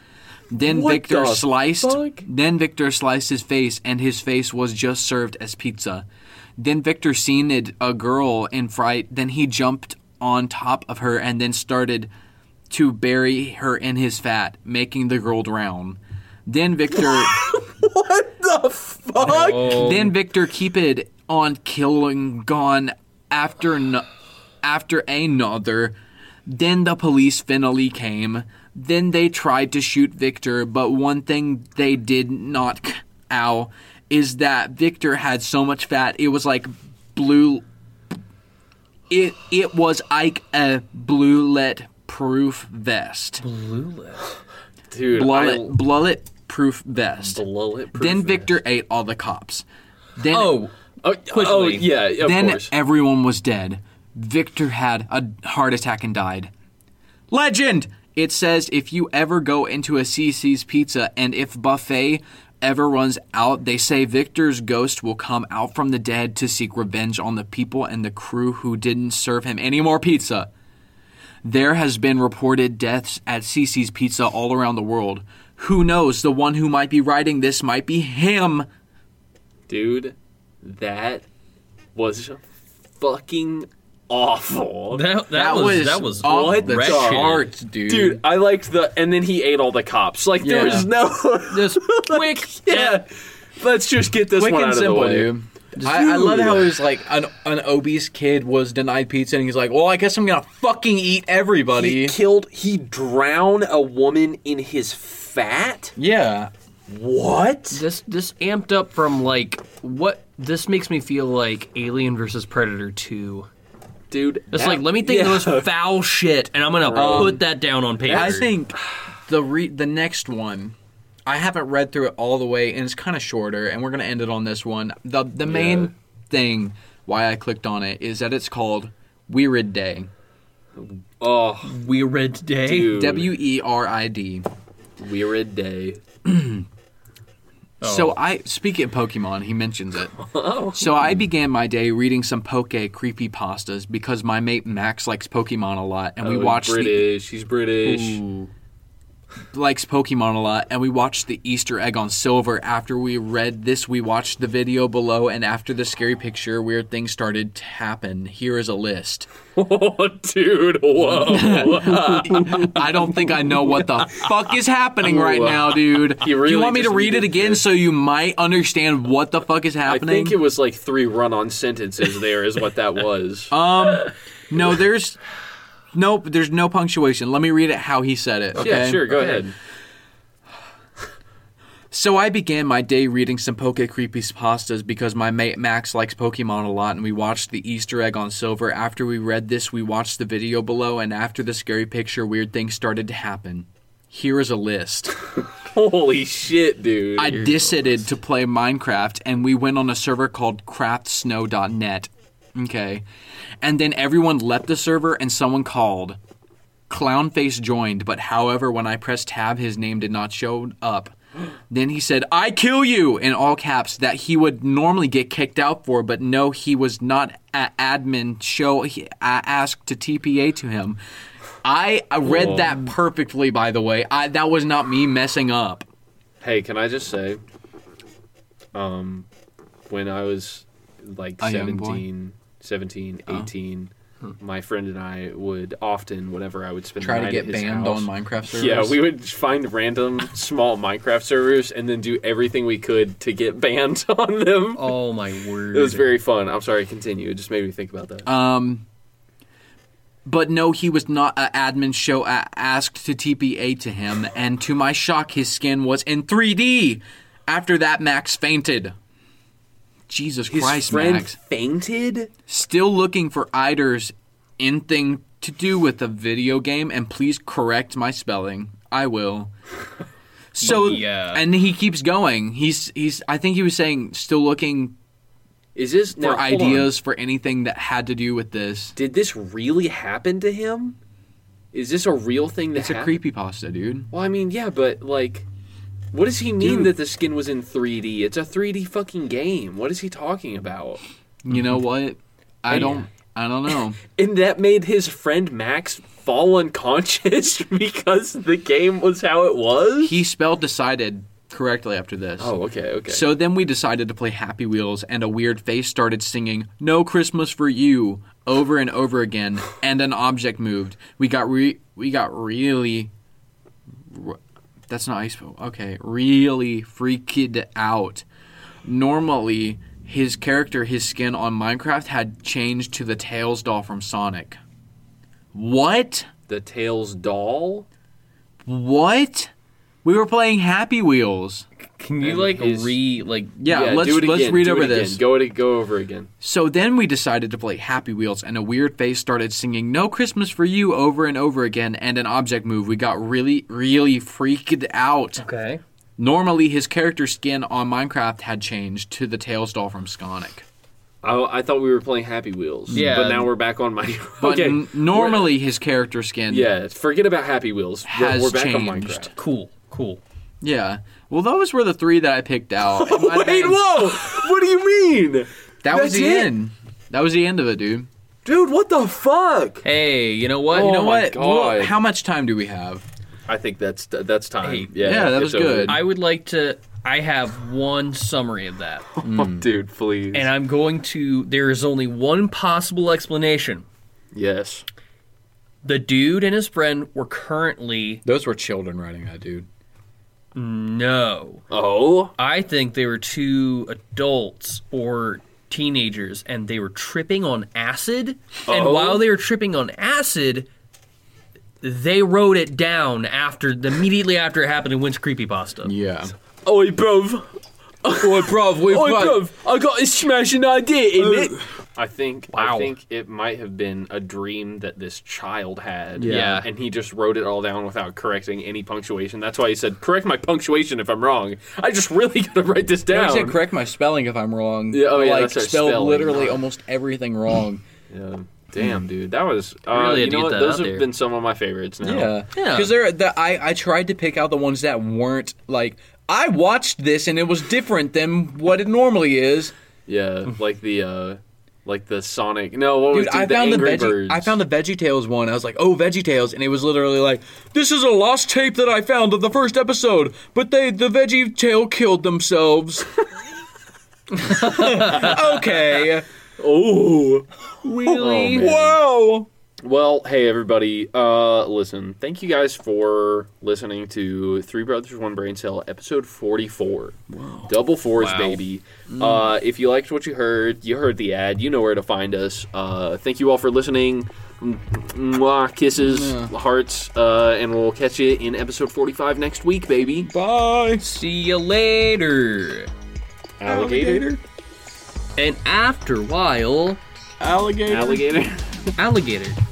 B: Then
C: What
B: Victor
C: the
B: sliced.
C: fuck?
B: Then Victor sliced his face, and his face was just served as pizza. Then Victor seen it, a girl in fright. Then he jumped on top of her and then started to bury her in his fat, making the girl drown. Then Victor. Then Victor Cupid on killing gone after n- after another. Then the police finally came. Then they tried to shoot Victor, but one thing they did not c- ow is that Victor had so much fat it was like blue. It it was like a bluelet proof vest.
C: Dude,
B: Bluelet bluelet proof vest.
C: I lull it.
B: Then Victor ate all the cops. Then
D: Oh,
C: Oh, oh, yeah, of
B: then
C: course.
B: everyone was dead. Victor had a heart attack and died. Legend! It says if you ever go into a CC's pizza and if buffet ever runs out, they say Victor's ghost will come out from the dead to seek revenge on the people and the crew who didn't serve him any more pizza. There has been reported deaths at CC's Pizza all around the world. Who knows? The one who might be writing this might be him.
C: Dude, that was fucking awful.
D: that, that, was, that was
B: off the
D: wretched.
B: charts, dude.
C: Dude, I liked the, and then he ate all the cops. Like there
B: Yeah.
C: was no,
D: Just quick,
C: yeah. Let's just get this
B: quick
C: one out
B: and
C: of
B: simple,
C: the way.
B: dude. I, I love how it was like an an obese kid was denied pizza, and he's like, "Well, I guess I'm gonna fucking eat
C: He
B: everybody."
C: killed. He drowned a woman in his fat.
B: yeah,
C: What?
D: This this amped up from like what this makes me feel like Alien versus Predator two.
C: Dude,
D: It's
C: that-
D: like let me think
C: yeah.
D: of the most foul shit, and I'm gonna put that down on paper.
B: I think the re- the next one. I haven't read through it all the way, and it's kind of shorter, and we're gonna end it on this one. the The main thing why I clicked on it is that it's called Weird Day.
C: Oh,
D: we read today.
C: dude.
B: W e r i d.
C: Weird day. Oh.
B: So I speaking of Pokemon, he mentions it. So I began my day reading some Poke creepy pastas because my mate Max likes Pokemon a lot, and we
C: Oh, he's
B: watched the,
C: British. He's British.
B: likes Pokemon a lot, and we watched the Easter egg on Silver. After we read this, we watched the video below, and after the scary picture, weird things started to happen. Here is a list.
C: Oh, dude. Whoa.
B: I don't think I know what the fuck is happening right now, dude.
C: You Oh, really
B: you want me to
C: just
B: read it
C: needed
B: again
C: this.
B: so you might understand what the fuck is
C: I
B: happening?
C: think it was like three run-on sentences. There is what that was.
B: Um, no, there's nope. There's no punctuation. Let me read it how he said it. Okay?
C: Yeah, sure. Go ahead.
B: So I began my day reading some Poke Creepy Pastas because my mate Max likes Pokemon a lot, and we watched the Easter egg on Silver. After we read this, we watched the video below, and after the scary picture, weird things started to happen. Here is a list.
C: Holy shit, dude.
B: I decided to play Minecraft, and we went on a server called craftsnow.net. Okay. And then everyone left the server, and someone called. Clownface joined, but however, when I pressed tab, his name did not show up. Then he said, I kill you! in all caps that he would normally get kicked out for, but no, he was not a- admin. Show he, I asked to TPA to him. I, I read that perfectly, by the way. I, that was not me messing up.
C: Hey, can I just say, um, when I was like
B: A young boy? Uh-huh. Hmm.
C: 17, 17, 18, My friend and I would often, whenever I would spend
B: Try
C: the
B: to
C: night
B: get
C: at his
B: banned
C: house,
B: on Minecraft servers.
C: Yeah, we would find random small Minecraft servers and then do everything we could to get banned on them.
D: Oh my word!
C: It was very fun. I'm sorry, continue. It just made me think about that.
B: Um, but no, he was not. Uh, admin show uh, asked to TPA to him, and to my shock, his skin was in 3D. After that, Max fainted. Jesus Christ, Max!
C: fainted?
B: Still looking for Iders anything to do with a video game, and please correct my spelling. I will. So
C: uh,
D: Yeah.
B: and he keeps going. He's he's. I think he was saying still looking
C: Is this
B: for
C: now, hold on.
B: ideas for anything that had to do with this.
C: Did this really happen to him? Is this a real thing that
B: It's a
C: hap-
B: creepypasta, dude.
C: Well, I mean, yeah, but like what does he mean
B: Dude.
C: that the skin was in 3D? It's a 3D fucking game. What is he talking about?
B: You know what? I don't. I don't know.
C: And that made his friend Max fall unconscious because the game was how it was?
B: He spelled decided correctly after this.
C: Oh, okay, okay.
B: So then we decided to play Happy Wheels, and a weird face started singing "No Christmas for You" over and over again, and an object moved. We got re- we got really. re- That's not how you spell. Okay, really freaked out. Normally, his character, his skin on Minecraft had changed to the Tails doll from Sonic. What?
C: the Tails doll?
B: What? We were playing Happy Wheels.
D: Can you
C: And
D: like
C: his-
D: re like?
B: Yeah, let's
C: do it
B: let's
C: again.
B: read
C: do
B: over
C: it again.
B: this.
C: Go it go over again.
B: So then we decided to play Happy Wheels, and a weird face started singing "No Christmas for You" over and over again, and an object moved. We got really, really freaked out.
D: Okay.
B: Normally, his character skin on Minecraft had changed to the Tails doll from Sonic,
C: I, I thought we were playing Happy Wheels.
D: Yeah.
C: But now we're back on my.
B: but
C: okay.
B: n- normally his character skin.
C: yeah, forget about Happy Wheels. We're-
B: Has
C: we're, back on
B: changed.
C: Minecraft.
D: Cool. Cool.
B: yeah. Well, those were the three that I picked out. It might have
C: Wait,
B: been-
C: whoa! what do you mean?
B: That was
C: That's
B: the
C: it?
B: end. That was the end of it, dude.
C: Dude, what the fuck?
D: Hey, you know what?
B: You know
C: Oh my
B: what?
C: God.
B: Look, How much time do we have?
C: I think that's that's time.
D: Hey,
C: yeah,
B: yeah, that
C: it's
B: was
C: over.
B: good.
D: I would like to. I have one summary of that,
C: Mm.
B: Mm.
C: Dude, please.
B: uh,
D: and I'm going to. There is only one possible explanation.
C: yes.
D: The dude and his friend were currently
B: Those were children writing that, dude.
D: no.
C: Oh,
D: I think they were two adults or teenagers, and they were tripping on acid. And
C: Oh.
D: while they were tripping on acid, they wrote it down after immediately after it happened in Wentz Creepypasta.
B: Yeah.
C: oi, bruv.
B: Boy, bro, we
C: Oi, bruv. I got a smashing idea in it.
B: Oh.
C: I think I
D: Wow.
C: think it might have been a dream that this child had.
D: Yeah.
C: And he just wrote it all down without correcting any punctuation. That's why he said, "Correct my punctuation if I'm wrong." I just really gotta write this
B: I
C: down.
B: said correct my spelling if I'm wrong.
C: Yeah, oh yeah,
B: like
C: that's right,
B: spelled
C: spelling.
B: literally almost everything wrong.
C: Yeah. Damn, dude, that was. Uh,
D: really had
C: you
D: to
C: know
D: get
C: what?
D: that
C: Those
D: out
C: have
D: there.
C: been some of my favorites now.
B: yeah,
D: Yeah.
B: Because there, the, I I tried to pick out the ones that weren't like I watched this and it was different than what it normally is.
C: Yeah, like the, uh like the Sonic. No, what was
B: Dude,
C: dude,
B: I
C: the
B: found the
C: Angry
B: veggie,
C: Birds?
B: I found the VeggieTales one. I was like, oh VeggieTales, and it was literally like, this is a lost tape that I found of the first episode, but they the VeggieTale killed themselves. okay.
C: Oh.
D: Really?
B: Whoa.
C: Well, hey everybody. Uh, listen, thank you guys for listening to Three Brothers One Brain Cell, episode forty-four. Double fours,
D: Wow.
C: baby.
B: Mm.
C: Uh, if you liked what you heard, you heard the ad. You know where to find us. Uh, thank you all for listening. Mwah, kisses, hearts, uh, and we'll catch you in episode forty-five next week, baby.
B: Bye.
D: See you later.
C: Alligator,
D: And after a while,
C: alligator. alligator.
D: alligator.